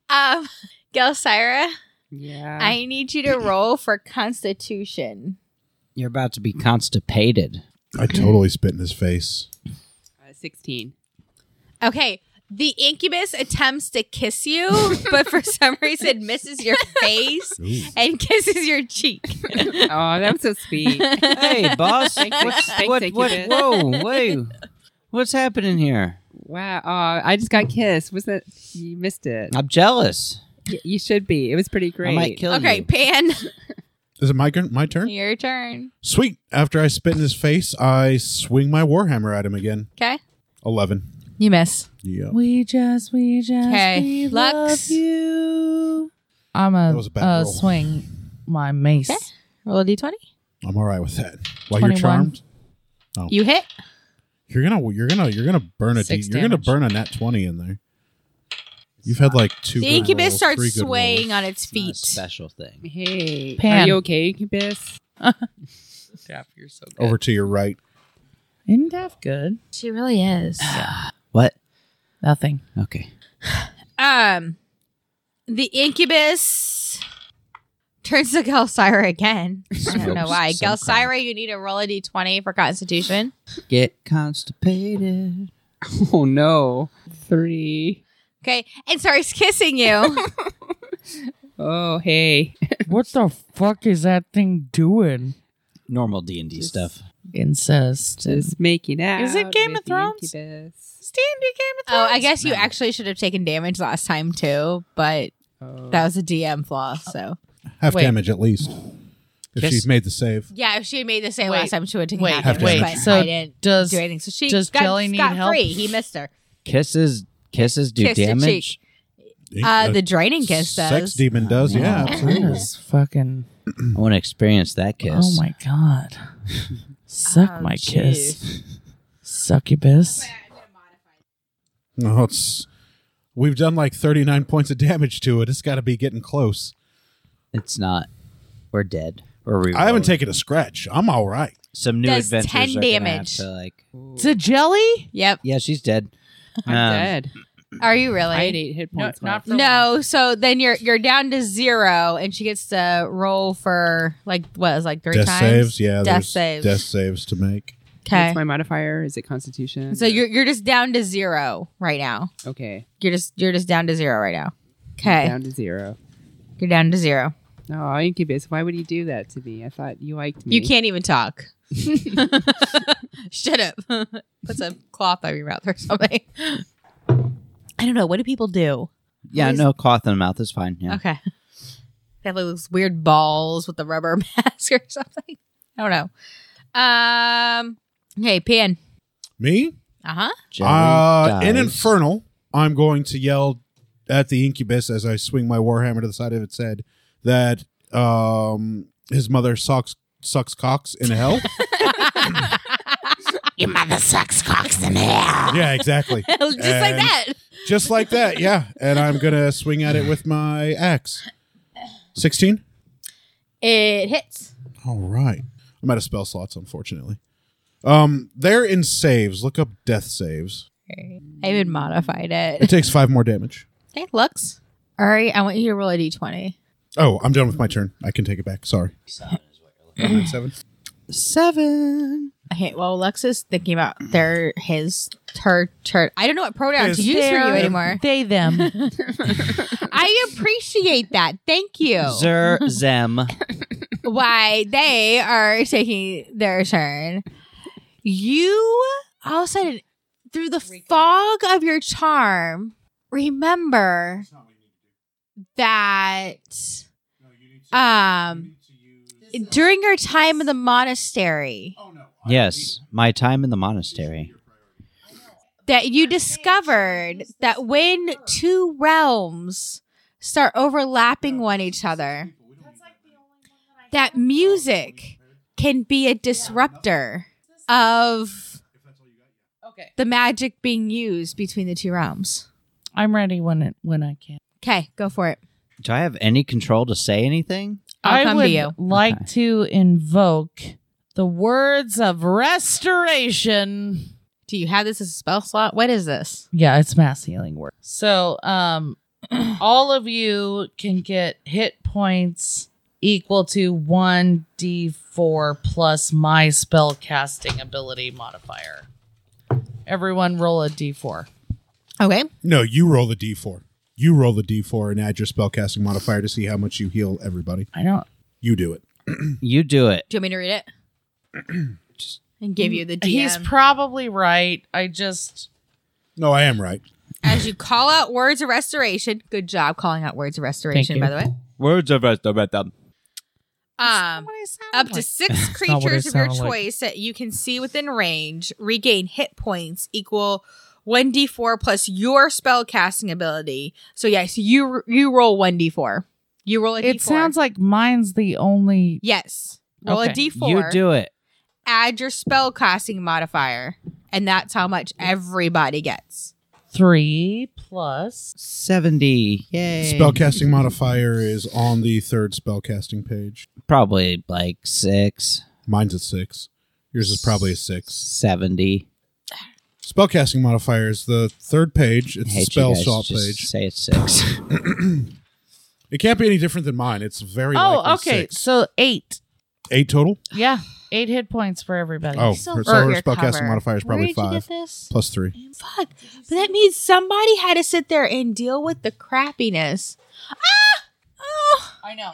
S6: Um, Gelsira,
S1: Yeah.
S6: I need you *laughs* to roll for Constitution.
S4: You're about to be constipated.
S3: I totally spit in his face.
S1: Uh, 16.
S6: Okay. The incubus attempts to kiss *laughs* you, but for some reason misses your face
S3: Ooh.
S6: and *laughs* kisses your *laughs* cheek.
S1: Oh, that was so sweet.
S4: Hey,
S1: *laughs*
S4: boss.
S1: Thanks,
S4: what's,
S1: thanks,
S4: what,
S1: thank you,
S4: what,
S1: Ben.
S4: whoa, whoa. What's happening here?
S1: wow. Oh, I just got kissed. Was that you missed it?
S4: I'm jealous.
S1: Y- you should be. It was pretty great.
S4: I might kill
S6: Okay,
S4: you.
S6: Pan,
S3: Is it my turn? My turn.
S6: your turn.
S3: Sweet. After I spit in his face, I swing my warhammer at him again.
S6: Okay.
S3: Eleven.
S6: You miss.
S3: Yeah.
S5: We just, we just,
S6: 'Kay.
S5: we
S6: Lux.
S5: love you. I'm a,
S3: That was a bad
S5: uh,
S3: roll.
S5: swing my mace.
S6: Okay. Roll a d20.
S3: I'm all right with that. While
S5: 21.
S3: you're charmed,
S6: You hit.
S3: you're gonna you're gonna you're gonna burn a D,
S5: Six
S3: you're gonna
S5: damage.
S3: burn a nat twenty in there. You've had like two.
S6: The
S3: good
S6: incubus
S3: rolls, three
S6: starts
S3: good
S6: swaying
S3: rolls.
S6: on its
S4: It's not a
S6: feet.
S4: special thing.
S1: Hey,
S5: Pan.
S1: are you okay, Incubus?
S5: Daph, you're so good.
S3: over to your right.
S5: Isn't Daph good?
S6: She really is.
S4: What?
S5: *laughs* Nothing.
S4: Okay.
S6: Um, the incubus turns to Gelsira again. I don't know
S4: Smokes
S6: why.
S4: some
S6: Gelsira, you need to roll a d20 for Constitution.
S4: Get constipated.
S1: *laughs* Oh no. Three.
S6: Okay, and starts kissing you.
S4: *laughs*
S1: Oh hey.
S5: What the fuck is that thing doing?
S4: Normal D and D stuff.
S5: Incest. and-
S1: Just making out.
S5: Is it Game
S1: with
S5: of Thrones?
S1: the incubus.
S5: Standy Game of
S6: oh, I guess you
S4: No.
S6: actually should have taken damage last time too, but
S1: Oh.
S6: that was a DM flaw. So
S3: Half
S5: Wait.
S3: damage at least. If
S4: Yes.
S3: she's made the save.
S6: yeah, if she had made the same
S5: Wait,
S6: last time, she would have taken
S5: wait,
S6: half damage.
S3: wait,
S6: but
S5: so
S6: I didn't
S5: does-
S6: do anything. So she
S5: does
S6: got,
S5: Jelly need
S6: got
S5: help?
S6: Free. He missed her.
S4: Kisses. Kisses do
S6: Kiss the
S4: damage.
S6: Uh, the draining kiss does.
S3: Sex demon does, yeah,
S4: Wow.
S5: That
S3: absolutely.
S5: is fucking.
S4: I want to experience that kiss.
S5: Oh my god. Suck
S6: Oh,
S5: my kiss. Succubus.
S3: No, it's we've done like thirty nine points of damage to it. It's got to be getting close.
S4: It's not. We're dead. Or we.
S3: I haven't taken a scratch. I'm all right.
S4: some new
S6: Does
S4: adventures.
S6: 10
S4: are gonna have
S6: damage.
S4: to, like,
S5: It's a jelly?
S6: Yep.
S4: yeah,
S6: *laughs*
S4: she's dead.
S1: I'm
S4: Um,
S1: dead.
S6: Are you really?
S1: I had eight hit points.
S5: not
S1: left.
S5: for-
S6: No, so then you're you're down to zero, and she gets to roll for like what it was like three
S3: death
S6: times.
S3: saves, yeah.
S6: Death
S3: there's
S6: saves.
S3: Death saves to make.
S6: Okay,
S1: What's my modifier? Is it Constitution?
S6: so you're you're just down to zero right now.
S1: okay.
S6: You're just you're just down to zero right now. Okay,
S1: Down to zero.
S6: you're down to zero.
S1: Oh, incubus. Why would you do that to me? I thought you liked me.
S6: You can't even talk. *laughs* Shut up. *laughs* Put some cloth on your mouth or something. *laughs* I don't know. What do people do?
S4: Yeah, no cloth in the mouth is fine. Yeah.
S6: Okay. *laughs* They have like those weird balls with the rubber *laughs* mask or something. I don't know. Um. Hey, Pan.
S3: Me?
S6: Uh *laughs* huh.
S4: Jelly
S3: Uh, in
S4: dies.
S3: Infernal, I'm going to yell at the incubus as I swing my warhammer to the side of its head that um, his mother sucks sucks cocks
S6: *laughs*
S3: in hell.
S5: Your mother sucks cocks in hell.
S3: yeah, exactly.
S6: Just like
S3: And-
S6: that.
S3: Just like that, yeah. And I'm gonna swing at it with my axe. Sixteen.
S6: It hits.
S3: All right. I'm out of spell slots, unfortunately. Um, they're in saves. Look up death saves.
S6: I even modified
S3: It
S6: it. *laughs*
S3: takes five more damage.
S6: Okay, looks. All right, I want you to roll a d20.
S3: Oh, I'm done with my turn. I can take it back. Sorry. Seven.
S4: Seven.
S6: Okay, well, Lux is thinking about their his her turn. I don't know what pronoun
S3: His-
S6: to use for you
S5: *laughs*
S3: their-
S6: anymore.
S5: They,
S6: *laughs*
S5: them.
S6: I appreciate that. Thank you. *laughs*
S4: Zer Zem.
S6: why they are taking their turn. You all of a sudden, through the fog of your charm, remember that um during your time in the monastery
S4: Yes. My time in the monastery.
S6: that you discovered that when two realms start overlapping one each other that music can be a disruptor of
S5: Okay.
S6: the magic being used between the two realms.
S5: I'm ready when it when I can.
S6: Okay, go for it.
S4: Do I have any control to say anything?
S6: I'll
S5: I
S6: come to
S5: would
S6: you.
S5: like
S4: Okay.
S5: to invoke the words of restoration.
S6: Do you have this as a spell slot? What is this?
S5: Yeah, it's mass healing work. So, um, *clears throat* all of you can get hit points equal to one d4 plus my spell casting ability modifier. Everyone, roll a d4.
S6: Okay.
S3: No, you roll the d4. You roll the d4 and add your spellcasting modifier to see how much you heal everybody.
S5: I don't.
S3: You do it.
S4: You do it.
S6: Do you want me to read it? and give you the DM.
S5: He's probably right. I just
S3: No, I am right.
S6: As you call out words of restoration, good job calling out words of restoration,
S5: you.
S6: by the way.
S4: Words of restoration.
S6: Um, up to six
S5: That's not what it
S6: creatures of your
S5: sounded like.
S6: choice that you can see within range regain hit points equal 1d4 plus your spell casting ability. So, yes, you you roll 1d4. You roll a d4.
S5: It sounds like mine's the only.
S6: Yes. Roll
S5: Okay.
S6: a d4.
S4: You do it.
S6: add your spell casting modifier, and that's how much everybody gets.
S5: Three plus
S4: 70. Yay.
S3: Spellcasting modifier is on the third spellcasting page.
S4: Probably like six,
S3: Mine's at six. Yours is probably a six.
S4: 70.
S3: Spellcasting modifiers, the third page. It's
S4: I
S3: the
S4: hate
S3: spell
S4: you guys.
S3: saw
S4: Just
S3: page.
S4: Say it's six.
S3: It can't be any different than mine. It's very likely
S5: Oh, okay.
S3: six.
S5: So eight.
S3: Eight total?
S5: Yeah, eight hit points for everybody.
S3: Oh,
S6: So
S3: her, so
S6: for
S3: her
S6: your cover.
S3: spellcasting modifier is probably
S6: Where did you
S3: five
S6: get this?
S3: plus three.
S6: Fuck. But that means somebody had to sit there and deal with the crappiness. Ah! Oh! I *laughs* know.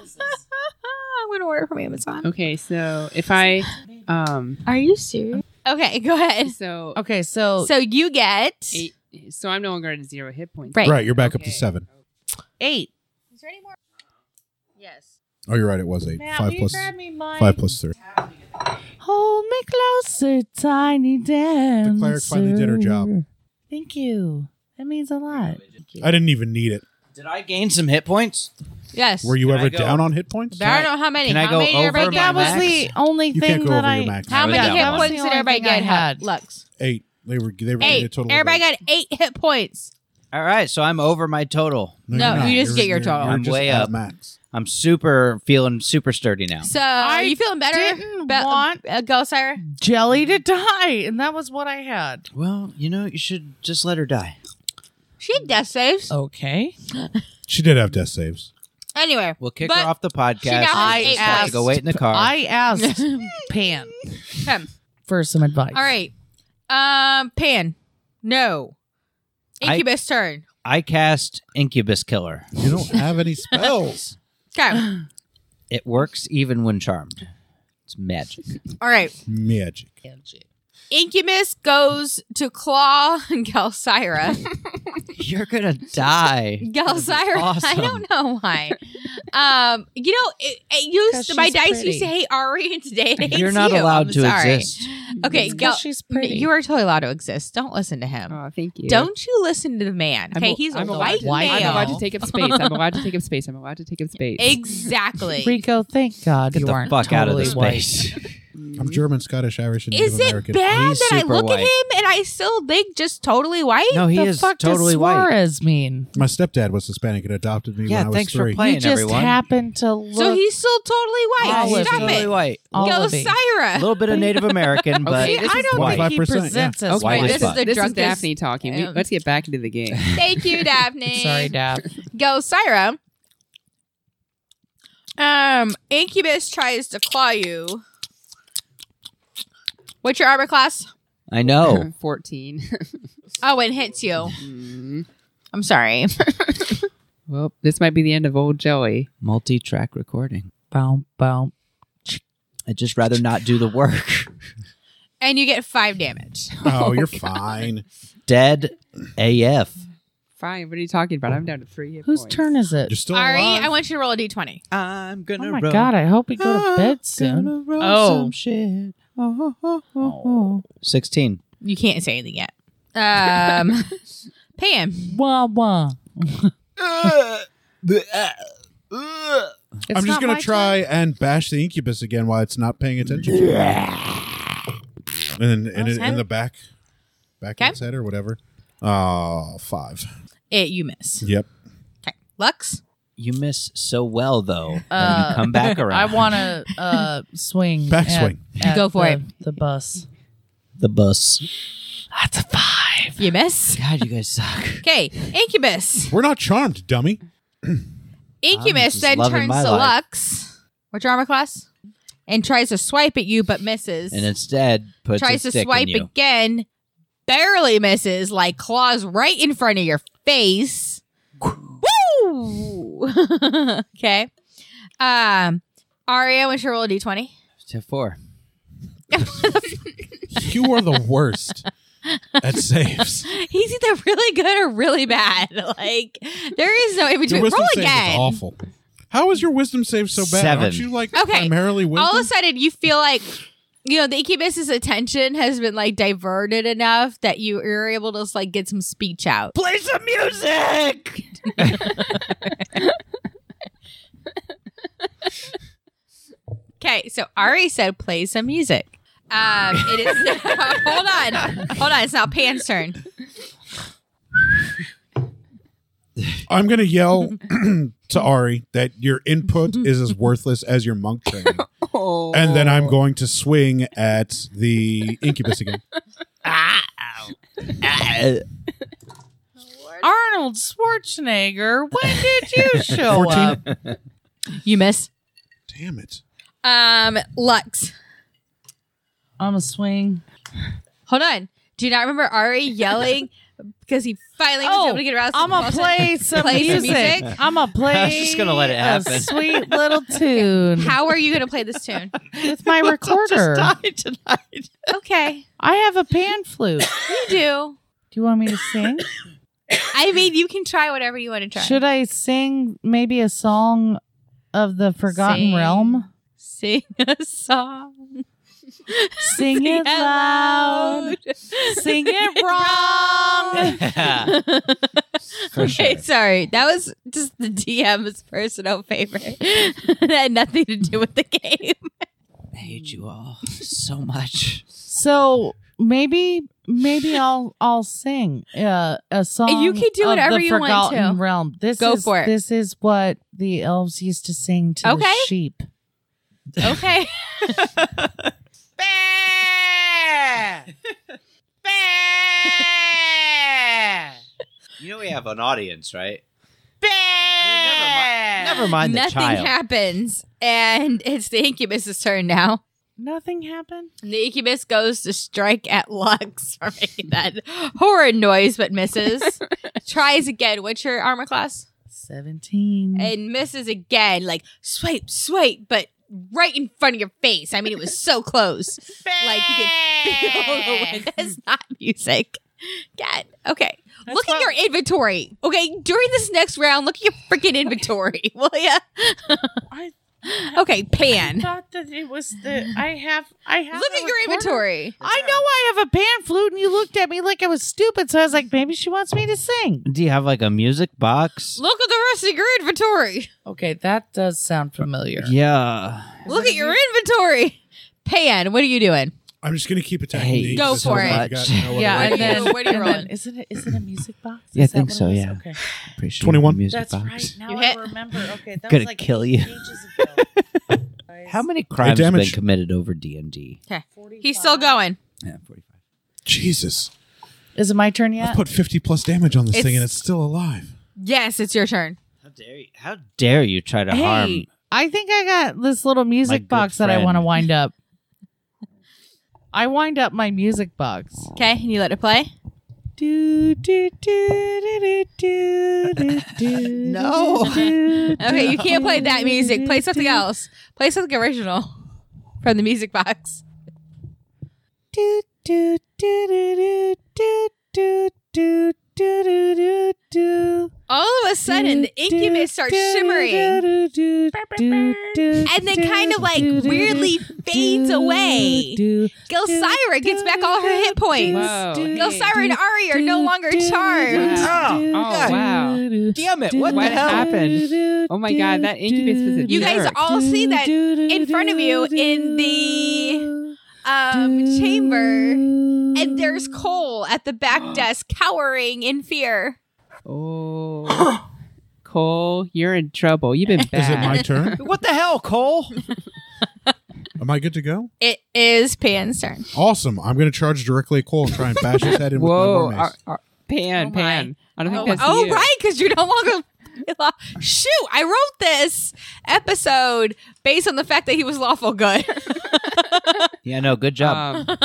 S6: I'm gonna order from Amazon.
S1: Okay, so if I um
S6: Are you serious? Okay, go ahead.
S1: so
S5: Okay, so,
S6: So you get.
S1: eight, so I'm no longer at zero hit points.
S6: Right.
S3: Right, you're back up to
S1: Okay.
S3: seven.
S5: eight.
S6: Is there any more? Yes.
S3: Oh, you're right. It was eight.
S5: Matt,
S3: five
S5: will
S3: plus
S5: you grab me mine?
S3: five plus three.
S5: Hold me closer, tiny dancer.
S3: The cleric finally did her job.
S5: Thank you. That means a lot.
S3: I didn't even need it.
S4: Did I gain some hit points?
S6: Yes.
S3: Were you
S4: Can I
S3: ever
S4: go-
S3: down on hit points?
S6: There I don't know how many.
S4: Can I
S6: how
S4: go
S6: many did
S4: over
S6: everybody
S4: my
S5: That
S6: get?
S5: was
S4: max?
S5: the only
S3: You
S5: thing
S3: can't go
S5: that
S3: over
S5: I.
S3: your max.
S6: How
S4: I
S6: many
S4: got
S6: hit
S4: one.
S6: points did
S5: That was the
S6: everybody
S5: only
S6: get?
S5: thing I had.
S6: Lux.
S3: Eight. They were. They were a
S6: Eight.
S3: total. of
S6: Everybody got
S3: eight.
S6: eight hit points.
S4: All right, so I'm over my total.
S6: No,
S3: you're not.
S6: you just
S3: You're-
S6: get your
S3: you're-
S6: total.
S3: you're
S4: I'm
S3: just
S4: way
S3: at
S4: up.
S3: Max.
S4: I'm super feeling super sturdy now.
S6: So are you feeling better?
S5: didn't
S6: Be-
S5: want-
S6: uh, go, Sarah.
S5: Jelly to die, and that was what I had.
S4: Well, you know, you should just let her die.
S6: She had death
S5: Oh.
S6: saves.
S5: Okay.
S3: She did have death saves.
S6: Anyway,
S4: We'll kick
S6: But
S4: her off the podcast.
S6: got
S5: I
S4: She's got to
S5: asked-
S4: go wait in the car.
S5: I asked Pan
S6: Pam.
S5: for some advice.
S6: All right. Um, Pan. No.
S4: I-
S6: Incubus turn.
S4: I cast Incubus Killer.
S3: You
S4: *laughs*
S3: don't have any spells.
S6: Okay.
S4: It works even when charmed. It's magic.
S6: All right.
S3: Magic.
S6: Incubus goes to claw *laughs* Gelsira.
S4: *laughs* *laughs* You're gonna
S6: *laughs*
S4: die.
S6: Gelsira. I
S4: Awesome.
S6: don't know why. Um, you know, it, it used
S5: 'Cause
S6: my
S5: she's
S6: dice
S5: pretty.
S6: used to hate Ari, and today it hates
S4: You're not
S6: you.
S4: allowed
S6: I'm
S4: to
S6: sorry.
S4: exist.
S6: Okay,
S5: It's 'cause
S6: Gel-
S5: she's pretty.
S6: You are totally allowed to exist. Don't listen to him.
S1: Oh, thank you.
S6: Don't you listen to the man?
S1: I'm
S6: Okay,
S1: a-
S6: he's
S1: I'm
S6: a
S1: allowed
S6: white
S1: to-
S5: white
S1: I'm
S5: male.
S1: allowed to take up space. I'm allowed to take up space. I'm allowed to take up space.
S6: *laughs* Exactly.
S5: Rico, thank God
S4: Get
S5: you
S4: the
S5: aren't
S4: fuck out of
S5: totally
S4: this
S5: white.
S4: place.
S3: I'm German, Scottish, Irish, and
S6: Is
S3: Native
S6: it
S3: American.
S6: bad
S4: He's
S6: that I
S4: super
S6: look at
S4: white.
S6: him and I still think just totally white?
S4: *laughs* no, he
S5: the
S4: is
S5: fuck
S4: totally
S5: does
S4: white.
S5: Suarez mean?
S3: My stepdad was Hispanic and adopted me
S4: Yeah,
S3: when I was
S4: thanks for
S3: three.
S4: playing,
S5: you just
S4: everyone.
S5: happen to look.
S6: So he's still totally white.
S5: Yeah, he's
S6: Stop
S4: totally
S6: it.
S4: white.
S5: all
S6: Go,
S5: of it.
S4: A
S6: Syra.
S4: little
S6: *laughs*
S4: bit of Native American, but
S1: Okay,
S5: See, I don't
S4: white.
S5: think he
S3: 25%, yeah.
S5: presents as
S4: Okay, Why
S1: Okay,
S5: white.
S4: is
S1: this
S4: that?
S1: is,
S6: The
S1: this is
S6: drunkest-
S1: Daphne talking. We,
S6: Um,
S1: let's get back into
S5: *laughs*
S1: the game.
S6: Thank you, Daphne.
S5: Sorry, Dad. *laughs*
S6: Go, Syra. Um, Incubus tries to claw you. What's your armor class?
S4: I know.
S1: 14.
S6: Oh, it hits you.
S1: Mm.
S6: I'm sorry.
S1: *laughs*
S6: *laughs*
S1: well, this might be the end of old Joey.
S4: Multi-track recording.
S5: Boom, boom.
S4: I'd just rather not do the work. *laughs*
S6: and you get five damage. *laughs*
S3: Oh, you're fine.
S4: Dead AF.
S1: Fine. What are you talking about? I'm down to three hit
S5: Whose
S1: points.
S5: turn is it?
S3: You're still
S6: Ari,
S3: alive.
S6: I want you to roll a d20.
S4: I'm gonna
S5: Oh my god, I hope we go to bed soon. Oh. some
S4: shit. Oh, Sixteen.
S6: You can't say anything yet.
S5: *laughs*
S6: Um, Pam.
S5: Wah wah.
S3: I'm just gonna try and bash the incubus again while it's not paying attention. to me. and and in, in the back, back of
S6: Okay.
S3: its head or whatever. Uh five.
S6: It, you miss.
S3: Yep.
S6: Okay. Lux.
S4: You miss so well though. that
S5: Uh,
S4: you come
S5: *laughs*
S4: back
S5: I
S4: around.
S5: want to uh, *laughs* swing.
S3: Backswing.
S5: At, at
S6: Go for
S5: the-
S6: it.
S5: The bus.
S4: the bus.
S5: That's a five.
S6: You miss.
S4: God, you guys suck.
S6: Okay. Incubus.
S3: We're not charmed, dummy.
S6: Incubus
S4: just
S6: then
S4: loving
S6: turns
S4: my
S6: to
S4: life.
S6: Lux. What's your armor class? And tries to swipe at you, but misses.
S4: *laughs* And instead puts
S6: tries
S4: a
S6: to
S4: stick
S6: swipe
S4: in you.
S6: again, barely misses, like claws right in front of your face. Woo! *laughs* okay. Um, Aria, what's your roll a d20? *laughs*
S4: to four.
S3: You are the worst
S6: *laughs*
S3: at saves.
S6: He's either really good or really bad. *laughs* Like, there is no in
S3: Your
S6: between.
S3: wisdom
S6: Roll
S3: save is
S6: again.
S3: awful. How is your wisdom save so bad?
S4: Seven.
S3: Aren't you like
S6: Okay.
S3: primarily wisdom?
S6: All of a sudden, you feel like. You know, the incubus's attention has been like diverted enough that you are able to just like get some speech out.
S4: Play some *laughs* music.
S6: Okay, so Ari said play some music. Um, it is *laughs* now, hold on, hold on. It's now Pan's turn.
S3: I'm gonna
S6: *laughs*
S3: yell *clears throat* to Ari that your input is as worthless as your monk
S6: *laughs*
S3: training.
S1: Oh.
S3: And then I'm going to swing at the incubus again.
S5: Arnold Schwarzenegger, when did *laughs* you show
S3: 14?
S5: up?
S6: You miss.
S3: Damn it.
S6: Um, Lux.
S5: I'm a swing.
S6: Hold on. Do you not remember Ari yelling because he finally was
S5: Oh,
S6: able to get around? to
S5: I'm
S6: the
S5: gonna
S6: ball?
S4: *laughs*
S5: play some
S6: Play some
S5: music.
S6: music?
S5: I'm gonna play.
S4: I was just gonna let it
S5: A
S4: happen.
S5: sweet
S4: *laughs*
S5: little tune.
S6: How are you going to play this
S5: *laughs*
S6: tune?
S5: It's my recorder.
S4: tonight.
S6: okay,
S5: I have a pan
S4: *laughs*
S5: flute.
S6: you do.
S5: Do you want me to sing?
S6: I mean, you can try whatever you want to try.
S5: Should I sing maybe a song of the Forgotten
S6: Sing. *laughs*
S5: Realm?
S6: sing a song?
S5: Sing, it
S6: *laughs*
S5: loud. Sing it wrong.
S4: For
S6: okay,
S4: sure.
S6: sorry. That was just the DM's personal favorite. *laughs* that had nothing to do with
S5: *laughs*
S6: the game.
S4: I hate you all so much.
S5: So maybe maybe I'll I'll sing uh, a song.
S6: You can do
S5: of
S6: whatever
S5: the
S6: you want
S5: Forgotten
S6: to.
S5: Realm. This
S6: Go
S5: is,
S6: for it.
S5: This is what the elves used to sing to
S6: Okay.
S5: the sheep.
S6: Okay.
S4: You know we have an audience, right? I mean, never, mi- never mind the
S6: Nothing
S4: child.
S6: happens. And it's the incubus's turn now.
S5: Nothing happened.
S6: And the incubus goes to strike at Lux for making that horrid noise,
S5: *laughs*
S6: but misses. Tries again. What's your armor class?
S5: Seventeen.
S6: And misses again. Like, swipe, swipe, but right in front of your face. I mean, it was
S5: *laughs*
S6: so close. like, you could feel the wind. *laughs* That's not music. God. Okay. look at your inventory. Okay. During this next round, look at your freaking inventory, *laughs* will ya?
S5: I-
S6: okay. Pan.
S5: thought that it was the I have I have.
S6: Look
S5: a
S6: at your
S5: recorder.
S6: inventory.
S5: I know I have a pan flute, and you looked at me like I was stupid. So I was like, maybe she wants me to sing.
S4: Do you have like a music box?
S6: Look at the rest of your inventory.
S5: Okay, that does sound familiar.
S4: Yeah.
S6: Look at your inventory. Pan, what are you doing?
S3: I'm just going to keep attacking
S4: Hey,
S3: these.
S6: Go
S3: This is all
S6: for it.
S3: I've got. No other
S5: Yeah,
S3: way.
S5: and
S6: What are you-
S5: then,
S6: what are you
S5: and then-
S6: rolling?
S5: isn't it is it a music box?
S4: Yeah, I
S5: Is that
S4: think
S5: what it
S4: so,
S5: was?
S4: yeah.
S5: Okay.
S4: Appreciate
S3: 21.
S4: Music
S5: That's
S4: box.
S5: right. Now
S6: You
S5: I
S6: hit.
S5: remember.
S4: *laughs*
S5: Okay, that
S4: Gonna
S5: was like
S4: kill
S5: eight
S4: you.
S5: pages ago. Guys,
S4: *laughs* How many crimes have been
S3: damaged-
S4: committed over D and D?
S5: 45.
S6: He's still going.
S4: Yeah, forty-five.
S3: Jesus.
S5: Is it my turn
S3: I've
S5: yet?
S3: put 50 plus damage on this
S6: It's-
S3: thing and it's still alive.
S6: Yes, it's your turn.
S4: How dare you? How dare you try to harm?
S5: hey, I think I got this little
S4: My
S5: music
S4: good
S5: box that I want
S4: *laughs*
S5: to
S4: friend.
S5: wind up. I wind up my music box.
S6: Okay, and you let it play.
S5: Do, do, do, do, do, do, do,
S4: No.
S5: do, do,
S6: Okay, you can't play that
S5: do,
S6: music.
S5: do,
S6: Play something
S5: do,
S6: else. Play something original *laughs* from the music box.
S5: do, do, do, do, do, do, do, do, do, do, do.
S6: All of a sudden, the incubus starts shimmering and
S5: and
S6: then kind of like weirdly fades away. Gelsira gets back all her hit points.
S1: Wow.
S6: Gelsira and Ari are no longer charmed.
S1: Wow. Oh, wow.
S4: Damn it! What,
S1: What
S4: the hell?
S1: happened? Oh my God, that incubus was a
S6: You guys
S1: jerk.
S6: all see that in front of you in the um, chamber, and there's Cole at the back desk cowering in fear.
S3: *coughs*
S1: Oh, Cole, you're in trouble. You've been bad.
S3: Is it my
S6: *laughs*
S3: turn?
S4: What the hell, Cole?
S3: Am I good to go?
S6: It is Pan's turn.
S3: Awesome. I'm going to charge directly at Cole and try and bash his head in
S1: Whoa,
S3: with my war
S1: ar-
S3: mace.
S1: ar- pan,
S6: Oh my.
S1: pan. I don't
S6: Oh,
S1: think that's
S6: oh,
S1: you.
S6: right, because you're no longer. *laughs* Shoot, I wrote this episode based on the fact that he was lawful good.
S4: *laughs*
S6: *laughs*
S4: Yeah, no, good job.
S1: Um,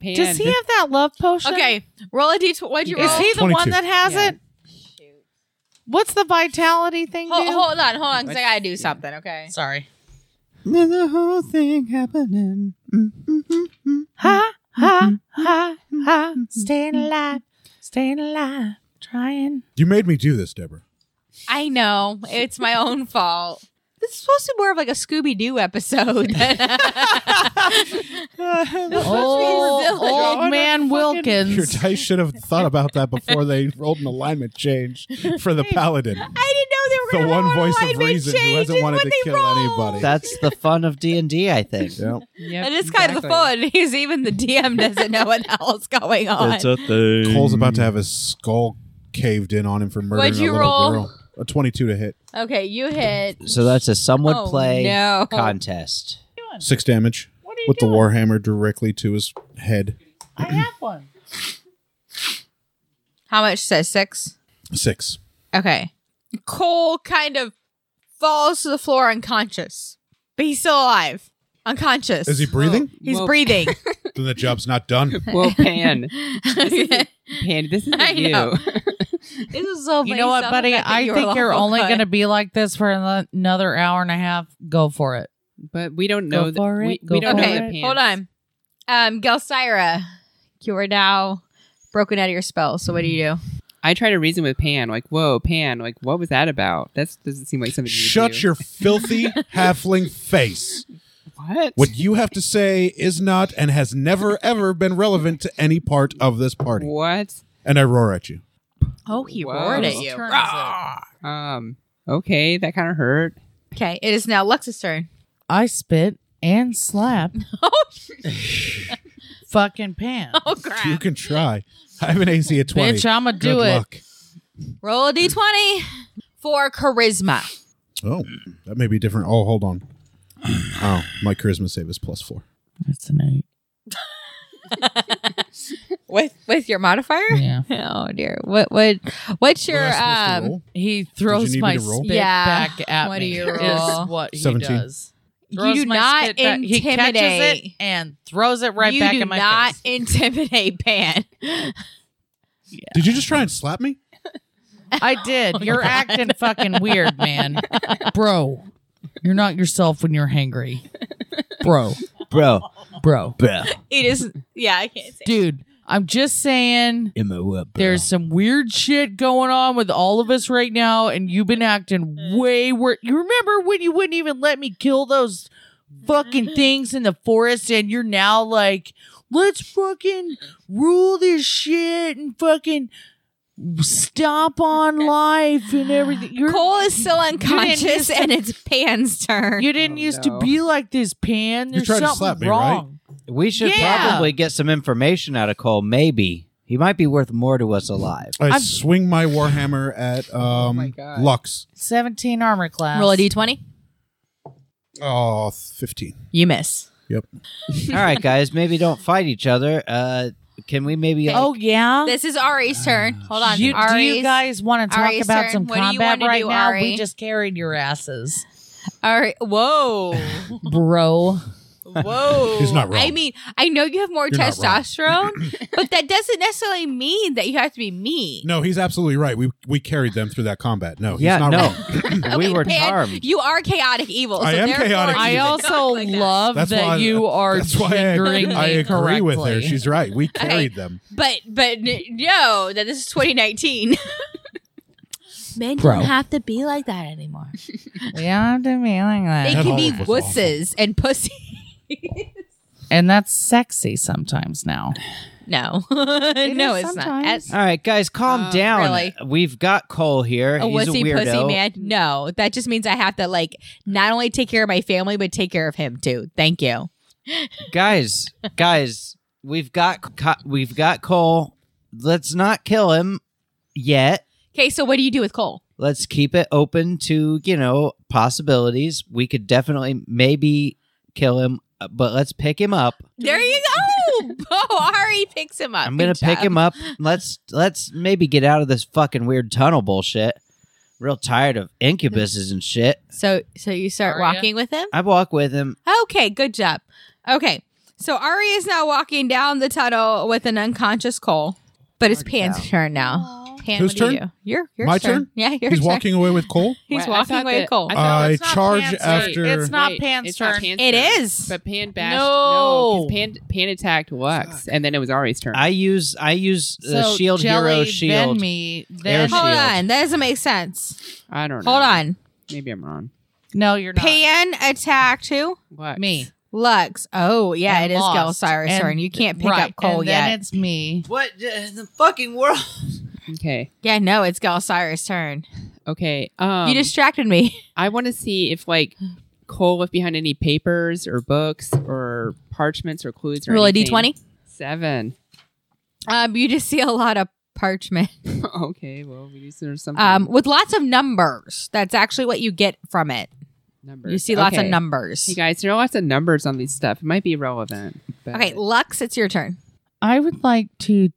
S1: pan.
S5: Does he
S1: this-
S5: have that love potion?
S6: okay, roll a d12. What'd you roll?
S5: Is he the
S3: 22.
S5: one that has
S1: Yeah.
S5: it? What's the vitality thing?
S6: Hold,
S5: do?
S6: hold on, hold on, because I gotta do something. Okay.
S5: Sorry.
S4: the whole thing happening.
S5: Ha ha ha ha. Staying alive. Staying alive.
S6: *laughs*
S5: Trying.
S3: You made me do this, Deborah.
S6: I know it's my own fault. This is supposed to be more of like a Scooby Doo episode. *laughs*
S5: Old,
S6: silly.
S5: Oh, old man
S3: Your
S5: Wilkins.
S3: dice should have thought about that before they
S6: *laughs*
S3: rolled an alignment change for the paladin.
S6: I
S3: The
S6: didn't know they were gonna
S3: one
S6: roll
S3: voice
S6: an
S3: of
S6: alignment
S3: reason who
S6: change
S3: hasn't
S6: in
S3: wanted
S6: what
S3: to
S6: they
S3: kill
S6: rolled.
S3: anybody.
S4: That's the fun of D and D, I think.
S3: Yep.
S1: Yep,
S6: And it's kind of
S1: exactly.
S6: the fun. *laughs* He's even the DM doesn't know what the hell's going on.
S4: *laughs* That's a thing.
S3: Cole's about to have his skull caved in on him for murdering
S6: What'd you
S3: a little
S6: roll?
S3: girl. A 22 to hit.
S6: okay, you hit.
S4: *laughs* So that's a some would
S6: Oh,
S4: play
S6: no.
S4: contest.
S3: Six damage with the warhammer directly to his head.
S5: I have one.
S6: How much says six?
S3: Six.
S6: Okay. Cole kind of falls to the floor unconscious, but he's still alive. Unconscious.
S3: Is he breathing?
S6: He's
S1: Whoa.
S6: *laughs* breathing.
S3: then the job's not *laughs* done.
S1: Well, Pan,
S6: *laughs* Okay.
S1: Pan, this
S6: I
S1: isn't
S6: know.
S1: you.
S6: This is so
S5: You
S6: funny.
S5: know what,
S6: Some
S5: buddy?
S6: of that
S5: I
S6: you were
S5: think you're
S6: awful
S5: only
S6: good.
S5: going to be like this for an- another hour and a half. Go for it.
S1: But we don't
S5: Go
S1: know. that
S5: for
S1: we,
S5: it, go
S1: we don't
S5: for
S1: know
S6: Okay,
S1: that Pan.
S6: hold on. Um, Gelsira, you are now broken out of your spell. So what do you do?
S1: I try to reason with Pan, like, "Whoa, Pan, like, what was that about? That doesn't seem like something." you would
S3: Shut
S1: do.
S3: your *laughs* filthy halfling face.
S1: what?
S3: What you have to say is not and has never ever been relevant to any part of this party.
S1: What?
S3: And I roar at you.
S6: Oh, he
S1: Whoa.
S6: roared at
S1: Whose
S6: you.
S5: turn is it?
S6: Rah!
S1: Um. Okay, that kind of hurt.
S6: Okay, it is now Lex's turn.
S5: I spit and slap
S6: *laughs* oh,
S5: *laughs* fucking pan.
S3: You can try. I have an AC at twenty.
S5: Bitch, I'ma do
S3: Good
S5: it.
S3: Luck.
S6: Roll a d20 for charisma.
S3: Oh, that may be different. Oh, hold on. Oh, my charisma save is plus four.
S5: That's an eight.
S6: With with your modifier?
S5: Yeah.
S6: *laughs* Oh dear. What what what's your
S3: What am I supposed
S6: um
S3: to roll?
S5: He
S3: Did
S5: throws
S3: you need me
S5: my
S3: to roll?
S5: spit
S6: Yeah.
S5: back at
S6: What do
S5: me.
S6: you roll?
S5: is what he
S3: 17.
S5: does.
S6: you
S5: Throws
S6: do
S5: my
S6: not
S5: spit back- He catches
S6: intimidate.
S5: it and throws it right
S6: you
S5: back
S6: do
S5: in my
S6: not
S5: face.
S6: *laughs* intimidate Pan.
S3: Did you just try and slap me?
S5: I
S6: *laughs*
S5: did.
S6: Oh
S5: You're acting fucking weird, man. Bro, you're not yourself when you're hangry. Bro,
S4: bro,
S5: bro,
S4: bro,
S6: It is yeah, I can't say.
S5: dude. I'm just saying.
S4: in my whip, bro.
S5: There's some weird shit going on with all of us right now, and you've been acting
S6: Mm.
S5: way worse. You remember when you wouldn't even let me kill those
S6: Mm-hmm.
S5: fucking things in the forest, and you're now like, let's fucking rule this shit and fucking stomp
S6: *laughs*
S5: on life and everything. You're,
S6: Cole is still
S5: didn't use-
S6: unconscious and it's *laughs* Pan's turn.
S5: you didn't
S1: Oh,
S5: used
S1: no.
S5: to be like this, Pan.
S3: You
S5: There's
S3: tried to
S5: something
S3: slap me, right?
S5: wrong.
S4: we should
S5: Yeah.
S4: probably get some information out of Cole. Maybe he might be worth more to us
S6: *laughs*
S4: alive.
S3: I
S5: I'm-
S3: swing my warhammer
S5: *laughs*
S3: at
S1: my
S5: Oh
S3: um
S1: God.
S3: Lux.
S5: 17 armor class.
S6: Roll a d20.
S3: Oh, 15.
S6: You miss.
S3: Yep.
S4: All right, guys, maybe don't fight each other. Uh, can we maybe?
S5: Oh, yeah.
S6: This is Ari's turn.
S3: Ah,
S6: Hold on.
S5: You, do
S6: Ari's,
S5: you guys want to talk
S6: Ari's
S5: about
S6: turn.
S5: some
S6: What do you
S5: combat
S6: wanna
S5: right
S6: do,
S5: now?
S6: Ari?
S5: We just carried your asses,
S6: Ari whoa. *laughs*
S5: bro.
S6: Whoa.
S3: He's not wrong.
S6: I mean, I know you have more
S3: You're not wrong.
S6: testosterone,
S3: *clears throat*
S6: but that doesn't necessarily mean that you have to be mean.
S3: No, he's absolutely right. We we carried them through that combat. No, he's
S4: yeah,
S3: not
S4: no,
S5: *laughs*
S3: wrong.
S4: *laughs* we
S6: Okay,
S4: were
S6: Pan,
S4: harmed.
S6: You are chaotic evil. So
S3: I am
S6: therefore
S3: chaotic
S6: you
S3: evil.
S5: I
S6: can
S5: also
S6: talk like that.
S5: love
S3: That's
S5: that
S3: why
S5: you are
S3: That's why I, agree,
S5: gendering
S3: I
S5: me
S3: agree with her.
S5: correctly.
S3: She's
S5: *laughs*
S3: right. We carried them.
S6: But but n- no, that this is *laughs* 2019. Men
S5: Bro.
S6: don't have to be like that anymore.
S5: we have to be like
S6: They
S5: that,
S3: That
S6: can
S3: all
S6: be
S3: was awful.
S6: wusses and pussy. *laughs*
S5: and that's sexy sometimes now.
S6: No, *laughs* no,
S5: is
S6: it's not.
S5: sometimes.
S6: That's
S4: All right, guys, calm
S1: Uh,
S4: down.
S6: Oh, really?
S4: We've got Cole here.
S6: a
S4: He's
S6: wussy
S4: a weirdo.
S6: pussy man. No, that just means I have to like not only take care of my family but take care of him too. Thank you.
S4: guys, guys, we've got Co- we've got Cole. Let's not kill him yet.
S6: Okay, so what do you do with Cole?
S4: Let's keep it open to you know possibilities. We could definitely maybe kill him, uh, but let's pick him up.
S6: There you
S3: *laughs*
S6: go. *laughs* Oh, Ari picks *laughs* him up.
S4: I'm gonna
S6: Good
S4: pick
S6: job.
S4: him up. Let's let's maybe get out of this fucking weird tunnel bullshit. Real tired of incubuses and shit.
S6: So so you start
S5: Aria?
S6: walking with him.
S4: I walk with him.
S6: Okay, good job. Okay, so Ari is now walking down the tunnel with an unconscious Cole, but it's Pan's turn now. Pan,
S3: Whose
S6: what do you
S3: turn?
S6: do? Your your
S3: My turn?
S6: Yeah, your
S3: He's
S6: turn.
S3: walking away with Cole.
S6: *laughs* He's
S1: Wait, I
S6: walking
S1: thought
S6: away
S1: that-
S6: with Cole.
S1: I thought-
S3: I
S5: it's not
S3: charge
S5: Pan's turn.
S3: after.
S5: It's not
S1: Wait,
S5: Pan's
S1: it's not
S5: turn.
S1: Pan's
S6: It
S1: turn.
S6: is.
S1: But Pan bashed.
S5: No.
S1: No, 'cause Pan Pan attacked Lux, and then it was Ari's turn.
S4: I use I use the
S5: So,
S4: shield
S5: jelly,
S4: hero
S5: then
S4: shield.
S5: me, then-
S4: Air
S6: Hold
S4: shield.
S6: on, that doesn't make sense.
S1: I don't know.
S6: Hold on.
S1: Maybe I'm wrong.
S5: No, you're not.
S6: Pan attacked who?
S1: What?
S5: me.
S6: Lux. Oh yeah,
S5: And
S6: it is
S5: lost.
S6: Gelsira's
S5: And-
S6: turn. You can't pick
S5: right,
S6: up Cole
S5: and then
S6: yet.
S5: it's me.
S4: What in the fucking world?
S1: Okay.
S6: Yeah, no, it's Gelsira's turn.
S1: Okay. Um,
S6: you distracted me.
S1: I want to see if
S6: *sighs*
S1: like Cole left behind any papers or books or parchments or clues or
S6: Roll a
S1: anything.
S6: d twenty.
S1: Seven. *laughs*
S6: Um, you just see a lot of parchment.
S1: okay. Well, we used there's something.
S6: Um, with lots of numbers. That's actually what you get from it.
S1: numbers.
S6: You see lots
S1: Okay.
S6: of numbers.
S1: Hey guys, there are lots of numbers on these stuff. It might be relevant. But
S6: Okay, Lux, it's your turn.
S5: I would like to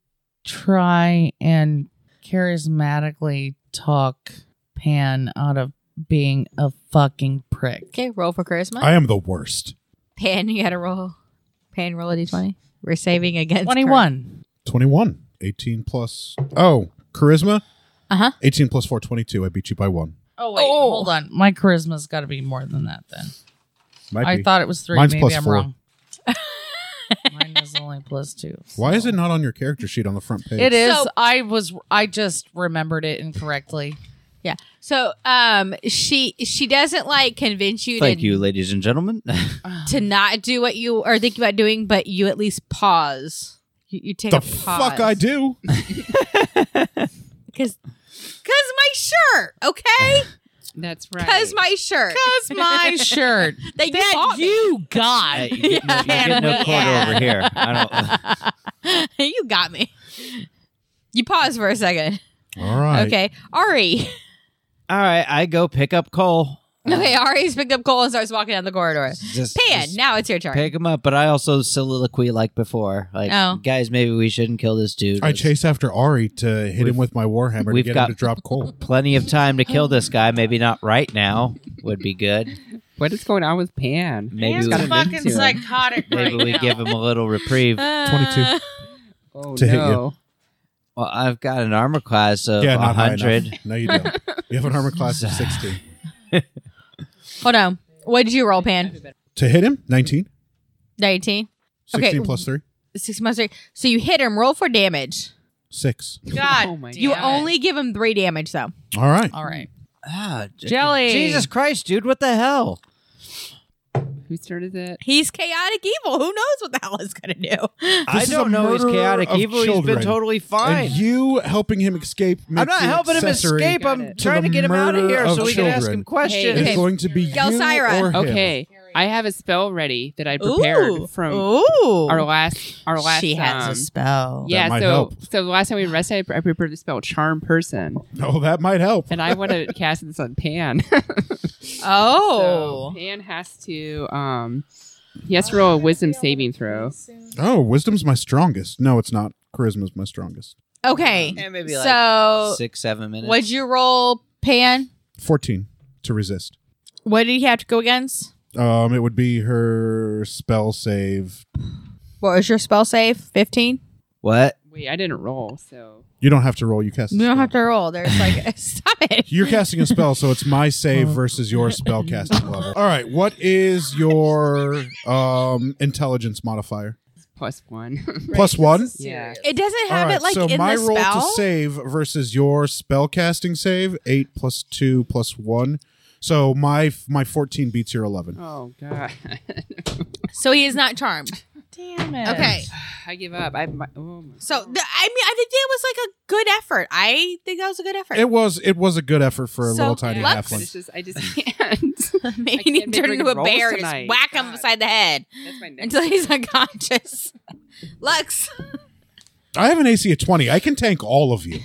S5: try and charismatically talk Pan out of being a fucking prick.
S6: Okay, roll for charisma.
S3: I am the worst.
S6: Pan, you gotta roll. Pan, roll a d20. We're saving against chari-
S5: 21.
S3: 21. 18 plus. Oh, charisma?
S6: Uh-huh.
S3: 18 plus 4, 22. I beat you by one.
S5: Oh, wait.
S6: Oh.
S5: Hold on. My charisma's got to be more than that then.
S3: Might
S5: I
S3: be.
S5: thought it was three.
S3: Mine's
S5: Maybe
S3: plus
S5: I'm *laughs*
S3: four.
S5: wrong. Mine is only plus two.
S3: Why is
S5: so-
S3: it not on your character sheet on the front page?
S5: It is.
S6: So-
S5: I was. I just remembered it incorrectly.
S6: Yeah. So um she she doesn't like convince you
S4: Thank
S6: to
S4: you, ladies and gentlemen. *laughs*
S6: to not do what you are thinking about doing, but you at least pause. You, you take
S3: The
S6: a pause.
S3: fuck
S5: *laughs*
S3: I do?
S6: Cause, cause my shirt, okay?
S1: That's right.
S6: Cause my shirt.
S5: That's
S6: *laughs*
S5: my *laughs* shirt
S6: That you bought me.
S5: you got.
S4: Hey, you get no, you get no quarter
S6: Yeah.
S4: over here. I
S6: *laughs* you got me. You pause for a second.
S3: All right.
S6: Okay. Ari.
S4: don't. *laughs* All right, I go pick up Cole.
S6: Okay, Ari's picked up Cole and starts walking down the corridor.
S4: Just,
S6: Pan,
S4: just
S6: now it's your turn.
S4: pick him up. But I also soliloquy like before. Like,
S6: Oh.
S4: guys, maybe we shouldn't kill this dude.
S3: I
S4: There's
S3: chase after Ari to hit him
S4: We've-
S3: with my warhammer to
S4: we've
S3: get
S4: got-
S3: him to drop
S4: *laughs*
S3: coal.
S4: Plenty of time to kill this guy. Maybe not right now. Would be good.
S1: What is going on with Pan?
S4: Maybe
S5: He's
S4: we,
S1: gotta
S5: fucking
S1: into it.
S5: psychotic
S4: maybe
S5: right
S4: we
S5: now.
S4: give him a little reprieve.
S6: Uh,
S1: Oh
S3: To hit you.
S1: no!
S4: Well, I've got an armor class of
S3: yeah, not high
S4: 100.
S3: enough. No, you don't. You have an armor class
S4: *laughs*
S3: of 16.
S6: Hold on. What did you roll, Pan?
S3: To hit him, 19.
S6: 19.
S3: 16
S6: Okay.
S3: plus 3,
S6: Six months. later. So you hit him. Roll for damage.
S3: 6.
S5: God,
S1: Oh
S5: damn
S1: my God.
S6: *laughs* You
S5: it.
S6: only give him three damage, though.
S3: All right.
S5: All right.
S4: Ah, j-
S5: Jelly.
S4: Jesus Christ, dude, what the hell?
S1: Who started that?
S3: *laughs*
S6: He's chaotic evil. Who knows what the *laughs* hell is going to do?
S3: This
S4: I
S3: is a
S4: don't know he's
S3: murderer
S4: chaotic
S3: of
S4: evil. He's
S3: children.
S4: been totally fine.
S3: And you helping him escape.
S4: I'm
S3: makes
S4: not
S3: you
S4: helping him
S3: accessory
S4: escape.
S1: Got
S4: I'm
S1: it.
S4: trying to
S3: the
S4: get him out of
S3: murder
S4: here
S3: of
S4: so we can ask
S3: children.
S4: him questions.
S3: It's
S6: Okay.
S3: going to be you
S6: Gelsira.
S3: or him.
S1: Okay, I have a spell ready that I prepared
S6: Ooh.
S1: from
S6: Ooh.
S1: our last. Our last.
S6: she has
S1: um,
S6: a
S5: Oh.
S6: spell.
S1: Yeah,
S3: might
S1: so
S3: help.
S1: so the last time we rested, I, I prepared the spell Charm Person,
S3: Oh, that might help.
S1: and I want to
S3: *laughs*
S1: cast this on Pan. *laughs*
S6: Oh.
S1: so Pan has to um, he has to roll a Wisdom saving throw.
S3: Oh, wisdom's my strongest. No, it's not. Charisma's my strongest.
S6: okay.
S4: Yeah, maybe like
S6: So,
S4: six, seven minutes.
S6: what'd you roll, Pan?
S3: 14 to resist.
S6: What did he have to go against?
S3: Um, it would be her spell save.
S6: What was your spell save? 15?
S4: what?
S1: Wait, I didn't roll, so
S3: You don't have to roll. You cast. a
S6: You don't
S3: spell.
S6: have to roll. There's like, *laughs* stop it.
S3: You're casting a spell, so it's my save
S6: Oh.
S3: versus your spell casting level. All right, what is your um intelligence modifier?
S1: plus one. *laughs*
S3: Plus one.
S1: yeah,
S6: It doesn't
S3: All
S6: have
S3: right,
S6: it like
S3: so
S6: in
S3: my
S6: the
S3: roll
S6: spell.
S3: to save versus your spell casting save eight plus two plus one. So my my fourteen beats your eleven.
S1: Oh god, *laughs*
S6: so he is not charmed.
S5: Damn it.
S6: Okay.
S1: I give up. I my, oh my.
S6: So th- I mean, I think that was like a good effort. I think that was a good effort.
S3: It was it was a good effort for a
S6: So
S3: little tiny
S6: let's-
S1: But it's
S3: halfling.
S1: just I just *laughs* can't.
S6: *laughs* Maybe
S1: I
S6: he
S1: can't make
S6: turned
S1: big
S6: into a
S1: rolls
S6: bear and
S1: tonight.
S6: just whack him
S1: God.
S6: beside the head
S1: That's my next.
S6: until he's *laughs* unconscious. Lux.
S3: I have an AC of twenty. I can tank all of you.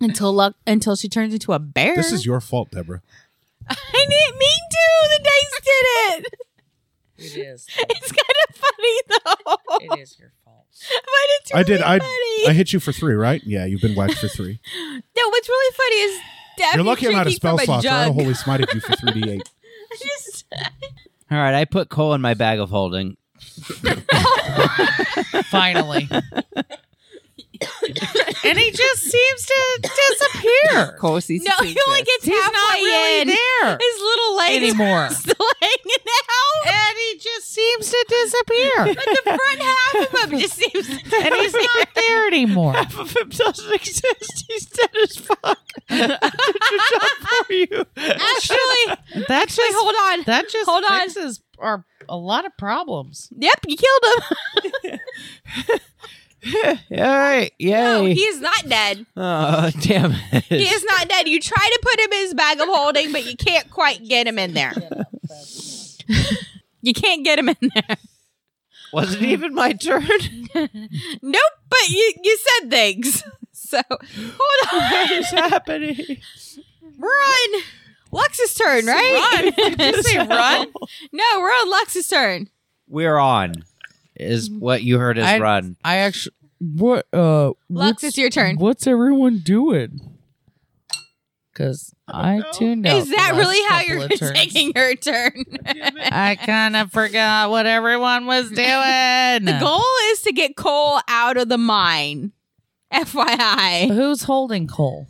S6: Until Lux, until she turns into a bear. *laughs*
S3: This is your fault, Deborah.
S6: I didn't mean to. The dice did it. *laughs*
S5: It is.
S6: It's kind of *laughs* funny though.
S5: It is your fault.
S6: But it's
S3: I did.
S6: really
S3: I
S6: funny.
S3: I hit you for three, right? Yeah, you've been whacked for three.
S6: no, what's really funny is Deb
S3: You're lucky I'm not a spell slot. or I'd have
S6: Jug.
S3: holy smited you for three
S6: *laughs*
S3: d eight.
S6: Just-
S4: All right, I put Cole in my bag of holding. *laughs*
S5: Finally. and he just seems to disappear.
S1: Cole sees
S6: no, he *laughs* only gets
S5: He's
S6: halfway
S5: not really
S6: in.
S5: there
S6: His little legs *laughs*
S5: anymore.
S6: are still hanging out.
S5: And he just seems to disappear.
S6: But the front half of him just seems.
S5: *laughs* and he's not there anymore.
S4: Half of him doesn't exist. He's dead as *laughs* fuck. for
S6: *laughs*
S4: you.
S6: *laughs* Actually,
S5: That just
S6: hold on.
S5: that just
S6: Hold on.
S5: fixes our a lot of problems.
S6: Yep, you killed him. *laughs*
S4: All right, yay.
S6: No, he is not dead.
S4: oh, *laughs* damn it.
S6: He is not dead. You try to put him in his bag of holding, but you can't quite get him in there. *laughs* you can't get him in there.
S4: Wasn't even my turn.
S6: Nope, but you, you said things. *laughs* So hold on.
S4: What is happening?
S6: We're on Lux's turn, *laughs* right?
S5: say run?
S6: no, we're on Lux's turn.
S4: We're on. Is what you heard is
S5: I-
S4: run.
S5: I actually What? Uh,
S6: Lux,
S5: what's-
S6: it's your turn.
S5: What's everyone doing? Because I tuned out.
S6: Is that
S5: the
S6: really
S5: last
S6: how
S5: couple
S6: you're
S5: of turns.
S6: *laughs* taking her turn?
S5: *laughs* I kind of forgot what everyone was doing.
S6: *laughs* The goal is to get coal out of the mine. FYI.
S5: Who's holding coal?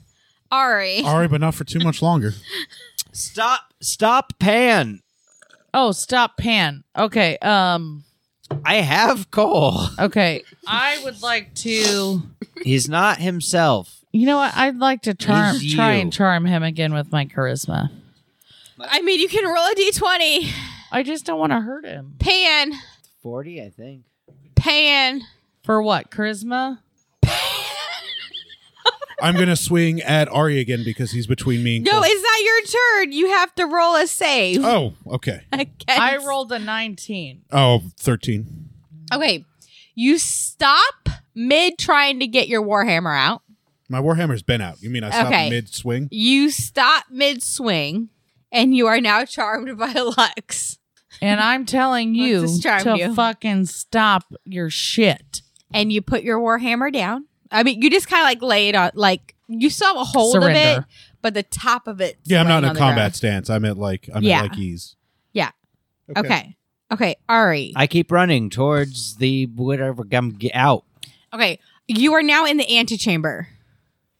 S6: Ari.
S3: Ari, but not for too much longer.
S4: Stop! Stop, Pan!
S5: Oh, stop pan. Okay. Um.
S4: I have coal. *laughs*
S5: Okay. I would like to.
S4: He's not himself.
S5: You know what? I'd like to charm,
S4: He's
S5: try
S4: you.
S5: and charm him again with my charisma.
S6: I mean, you can roll a d20.
S5: I just don't want to hurt him.
S6: Pan.
S4: Forty, I think.
S6: Pan.
S5: For what? Charisma?
S3: I'm going to swing at Ari again because he's between me and
S6: No,
S3: Cole.
S6: it's not your turn. You have to roll a save.
S3: Oh, okay.
S6: Against-
S5: I rolled a 19.
S3: Oh, 13.
S6: Okay. You stop mid trying to get your Warhammer out.
S3: My Warhammer's been out. You mean I stopped
S6: Okay.
S3: mid swing?
S6: You stop mid swing, and you are now charmed by *laughs* Lux.
S5: And I'm telling you
S6: Let's just charm
S5: to
S6: you.
S5: fucking stop your shit.
S6: And you put your Warhammer down. I mean, you just kind of like lay it on, like you still have a hold of it,
S5: Surrender.
S6: but the top of it.
S3: Yeah, I'm not in
S6: laying
S3: a
S6: on the
S3: combat
S6: ground.
S3: stance. I'm at like I'm
S6: Yeah.
S3: at like ease.
S6: Yeah. Okay. Okay, Ari.
S4: I keep running towards the whatever. I'm get out,
S6: Okay, you are now in the antechamber. *laughs*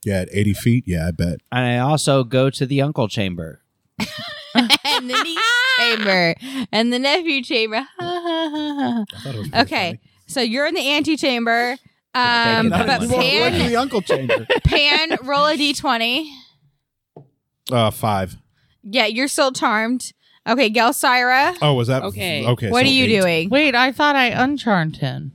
S3: Yeah, at 80 feet. Yeah, I bet.
S4: and I also go to the uncle chamber.
S6: and the *laughs* niece chamber and the nephew chamber. *laughs*
S3: I thought it was pretty
S6: okay, so you're in the antechamber.
S4: I
S6: Um,
S4: take
S3: funny.
S4: it that
S6: but
S4: one?
S3: Well, right to
S6: pan,
S3: the uncle chamber.
S6: *laughs* pan, roll a d20.
S3: Uh, five.
S6: Yeah, you're still charmed. Okay, Gelsira,
S3: Oh, was that
S1: Okay.
S3: Okay.
S6: what
S3: so
S6: are you
S3: eight.
S6: doing?
S5: Wait, I thought I uncharmed him.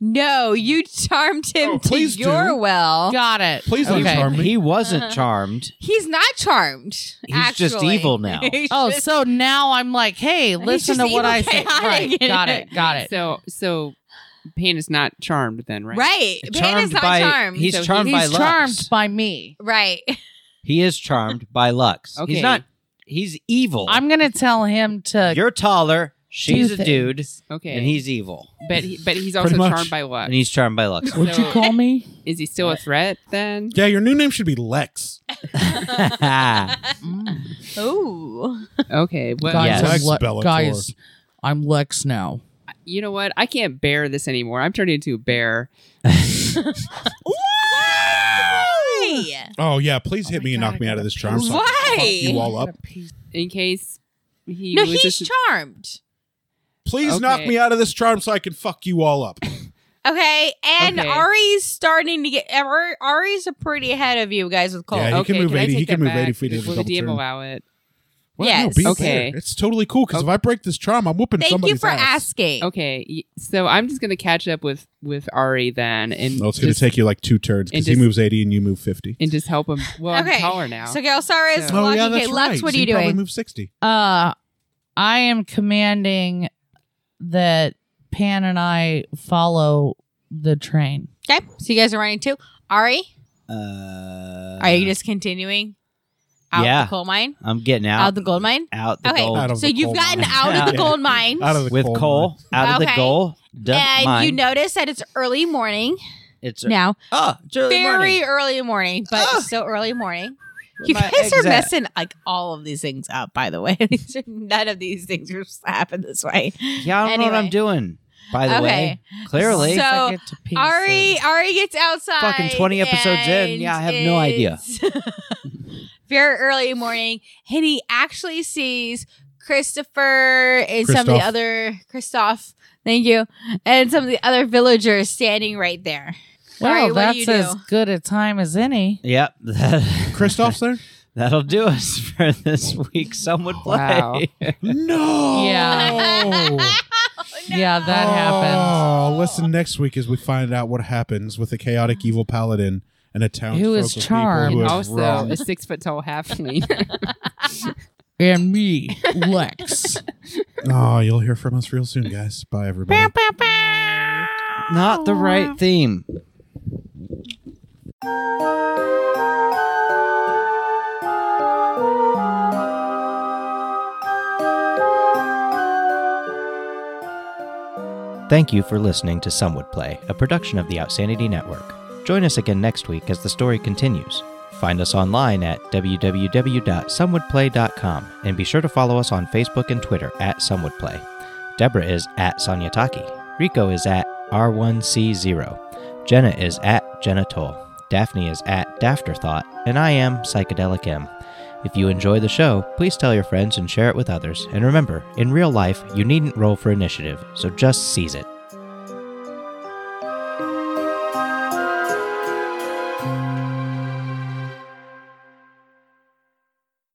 S6: No, you charmed him
S3: Oh,
S6: to
S3: please do.
S6: your well.
S5: Got it.
S3: Please don't
S5: Okay.
S3: charm me.
S4: He wasn't charmed.
S6: He's not charmed.
S4: He's just
S6: actually. *laughs*
S4: evil now.
S6: He's
S5: Oh,
S6: just-
S5: so now I'm like, hey, listen
S6: just
S5: to what
S6: evil
S5: I say.
S6: chaotic.
S5: Right. Got it. Got it.
S1: So so Pan is not charmed then, right?
S6: right. Pan is not
S4: by
S6: charmed.
S4: he's
S1: So
S4: charmed by
S5: He's
S4: Lux.
S5: charmed by me.
S6: right.
S4: He is charmed by Lux.
S1: Okay.
S4: He's not. He's evil.
S5: I'm gonna tell him to
S4: You're taller. She's
S5: do
S4: a dude,
S1: Okay.
S4: and he's evil,
S1: but he, but he's
S3: Pretty
S1: also
S3: much.
S1: charmed by Lux.
S4: and he's charmed by Lux.
S5: What'd
S1: So-
S5: you call me?
S1: Is he still a threat then?
S3: Yeah, your new name should be Lex.
S6: *laughs*
S4: *laughs* Uh,
S6: Ooh.
S1: Okay. Well,
S5: Guys,
S4: Yes.
S5: I'm
S3: Lex
S5: Le-
S3: Bellator.
S5: guys, I'm Lex now.
S1: you know what? I can't bear this anymore. I'm turning into a bear.
S6: Why?
S3: Oh yeah, please hit me and knock me out of this charm. so I can
S6: Why?
S3: fuck You all up.
S1: In case he
S6: No,
S1: was
S6: he's
S1: just-
S6: charmed.
S3: Please knock
S1: Okay.
S3: me out of this charm so I can fuck you all up.
S6: Okay, and
S1: Okay.
S6: Ari's starting to get Ari- Ari's pretty ahead of you guys with coal.
S3: Yeah, he
S1: okay,
S3: can move
S1: I
S3: 80 he
S1: take
S3: can
S1: that
S3: move 80
S1: back?
S3: feet as a
S1: Will the
S3: double
S1: DM
S3: turn.
S1: allow it?
S3: Well, no,
S6: Yes.
S3: be
S1: Okay.
S3: fair. It's totally cool because if I break this charm, I'm whooping
S6: Thank you
S3: somebody's
S6: for
S3: ass.
S6: asking.
S1: Okay, y- so I'm just gonna catch up with with Ari then, and
S3: No, it's going to
S1: just-
S3: take you like two turns because
S1: and
S3: he
S1: just-
S3: moves 80 and you move 50.
S1: and just help him. Well,
S6: Okay,
S1: I'm taller now.
S6: So Gelsara
S3: Oh,
S6: is
S1: So-
S6: walking. okay, Lux, what
S3: So
S6: are you
S3: you probably
S6: doing?
S3: move 60.
S5: Uh, I am commanding that Pan and I follow the train.
S6: Okay, so you guys are running too. Ari,
S4: Uh,
S6: are you just continuing out
S4: yeah.
S6: the coal mine?
S4: I'm getting out.
S6: Out, the gold mine.
S4: Out the
S6: Okay.
S4: gold.
S3: Out of
S6: So
S3: the
S6: you've
S3: coal
S6: gotten
S3: mine.
S6: out of the
S4: *laughs* Yeah.
S6: gold mine,
S3: Out of the
S4: with
S3: coal
S4: coal. Out of
S6: Okay.
S4: the gold. Duck
S6: and you
S4: mine.
S6: notice that it's early morning
S4: It's
S6: now.
S4: Oh, it's early
S6: Very
S4: morning.
S6: early morning, but
S4: Ah.
S6: still early morning. You
S4: my
S6: guys are
S4: eggs at?
S6: messing like all of these things up, by the way. *laughs* these are none of these things are happening this way.
S4: Yeah, I don't know what I'm
S6: Anyway.
S4: doing. By the way, clearly.
S6: So-
S5: I get to pee
S6: Oh, Ari
S5: soon.
S6: Ari gets outside.
S4: Fucking 20 episodes in.
S6: and
S4: Yeah, I have no idea.
S6: it's *laughs* very early morning, and he actually sees Christopher and some of the
S3: Christoph.
S6: other Christoph. Thank you, and some of the other villagers standing right there. Ari,
S5: Well,
S6: what do you
S5: that's as
S6: do?
S5: good a time as any.
S4: yep. *laughs*
S3: Christoph's there?
S4: That'll do us for this week. Someone play.
S1: Wow.
S3: *laughs* No.
S5: Yeah. Yeah, that happened.
S3: Oh, listen next week as we find out what happens with a chaotic evil paladin and a town
S5: Who is
S3: folk of people
S5: charmed.
S3: who
S1: and
S3: have
S1: also
S3: wronged-
S1: a six foot tall halfling.
S5: And me,
S6: *laughs*
S5: Lex.
S3: Oh, you'll hear from us real soon, guys. Bye, everybody.
S4: Not the right theme. Thank you for listening to Some Would Play, a production of the Outsanity Network. Join us again next week as the story continues. Find us online at www.somewouldplay.com and be sure to follow us on Facebook and Twitter at Some Would Play. Deborah is at Sonia Taki. Rico is at R1C0. Jenna is at Jenna Toll. Daphne is at Dafterthought. And I am Psychedelic M. If you enjoy the show, please tell your friends and share it with others. And remember, in real life, you needn't roll for initiative, so just seize it.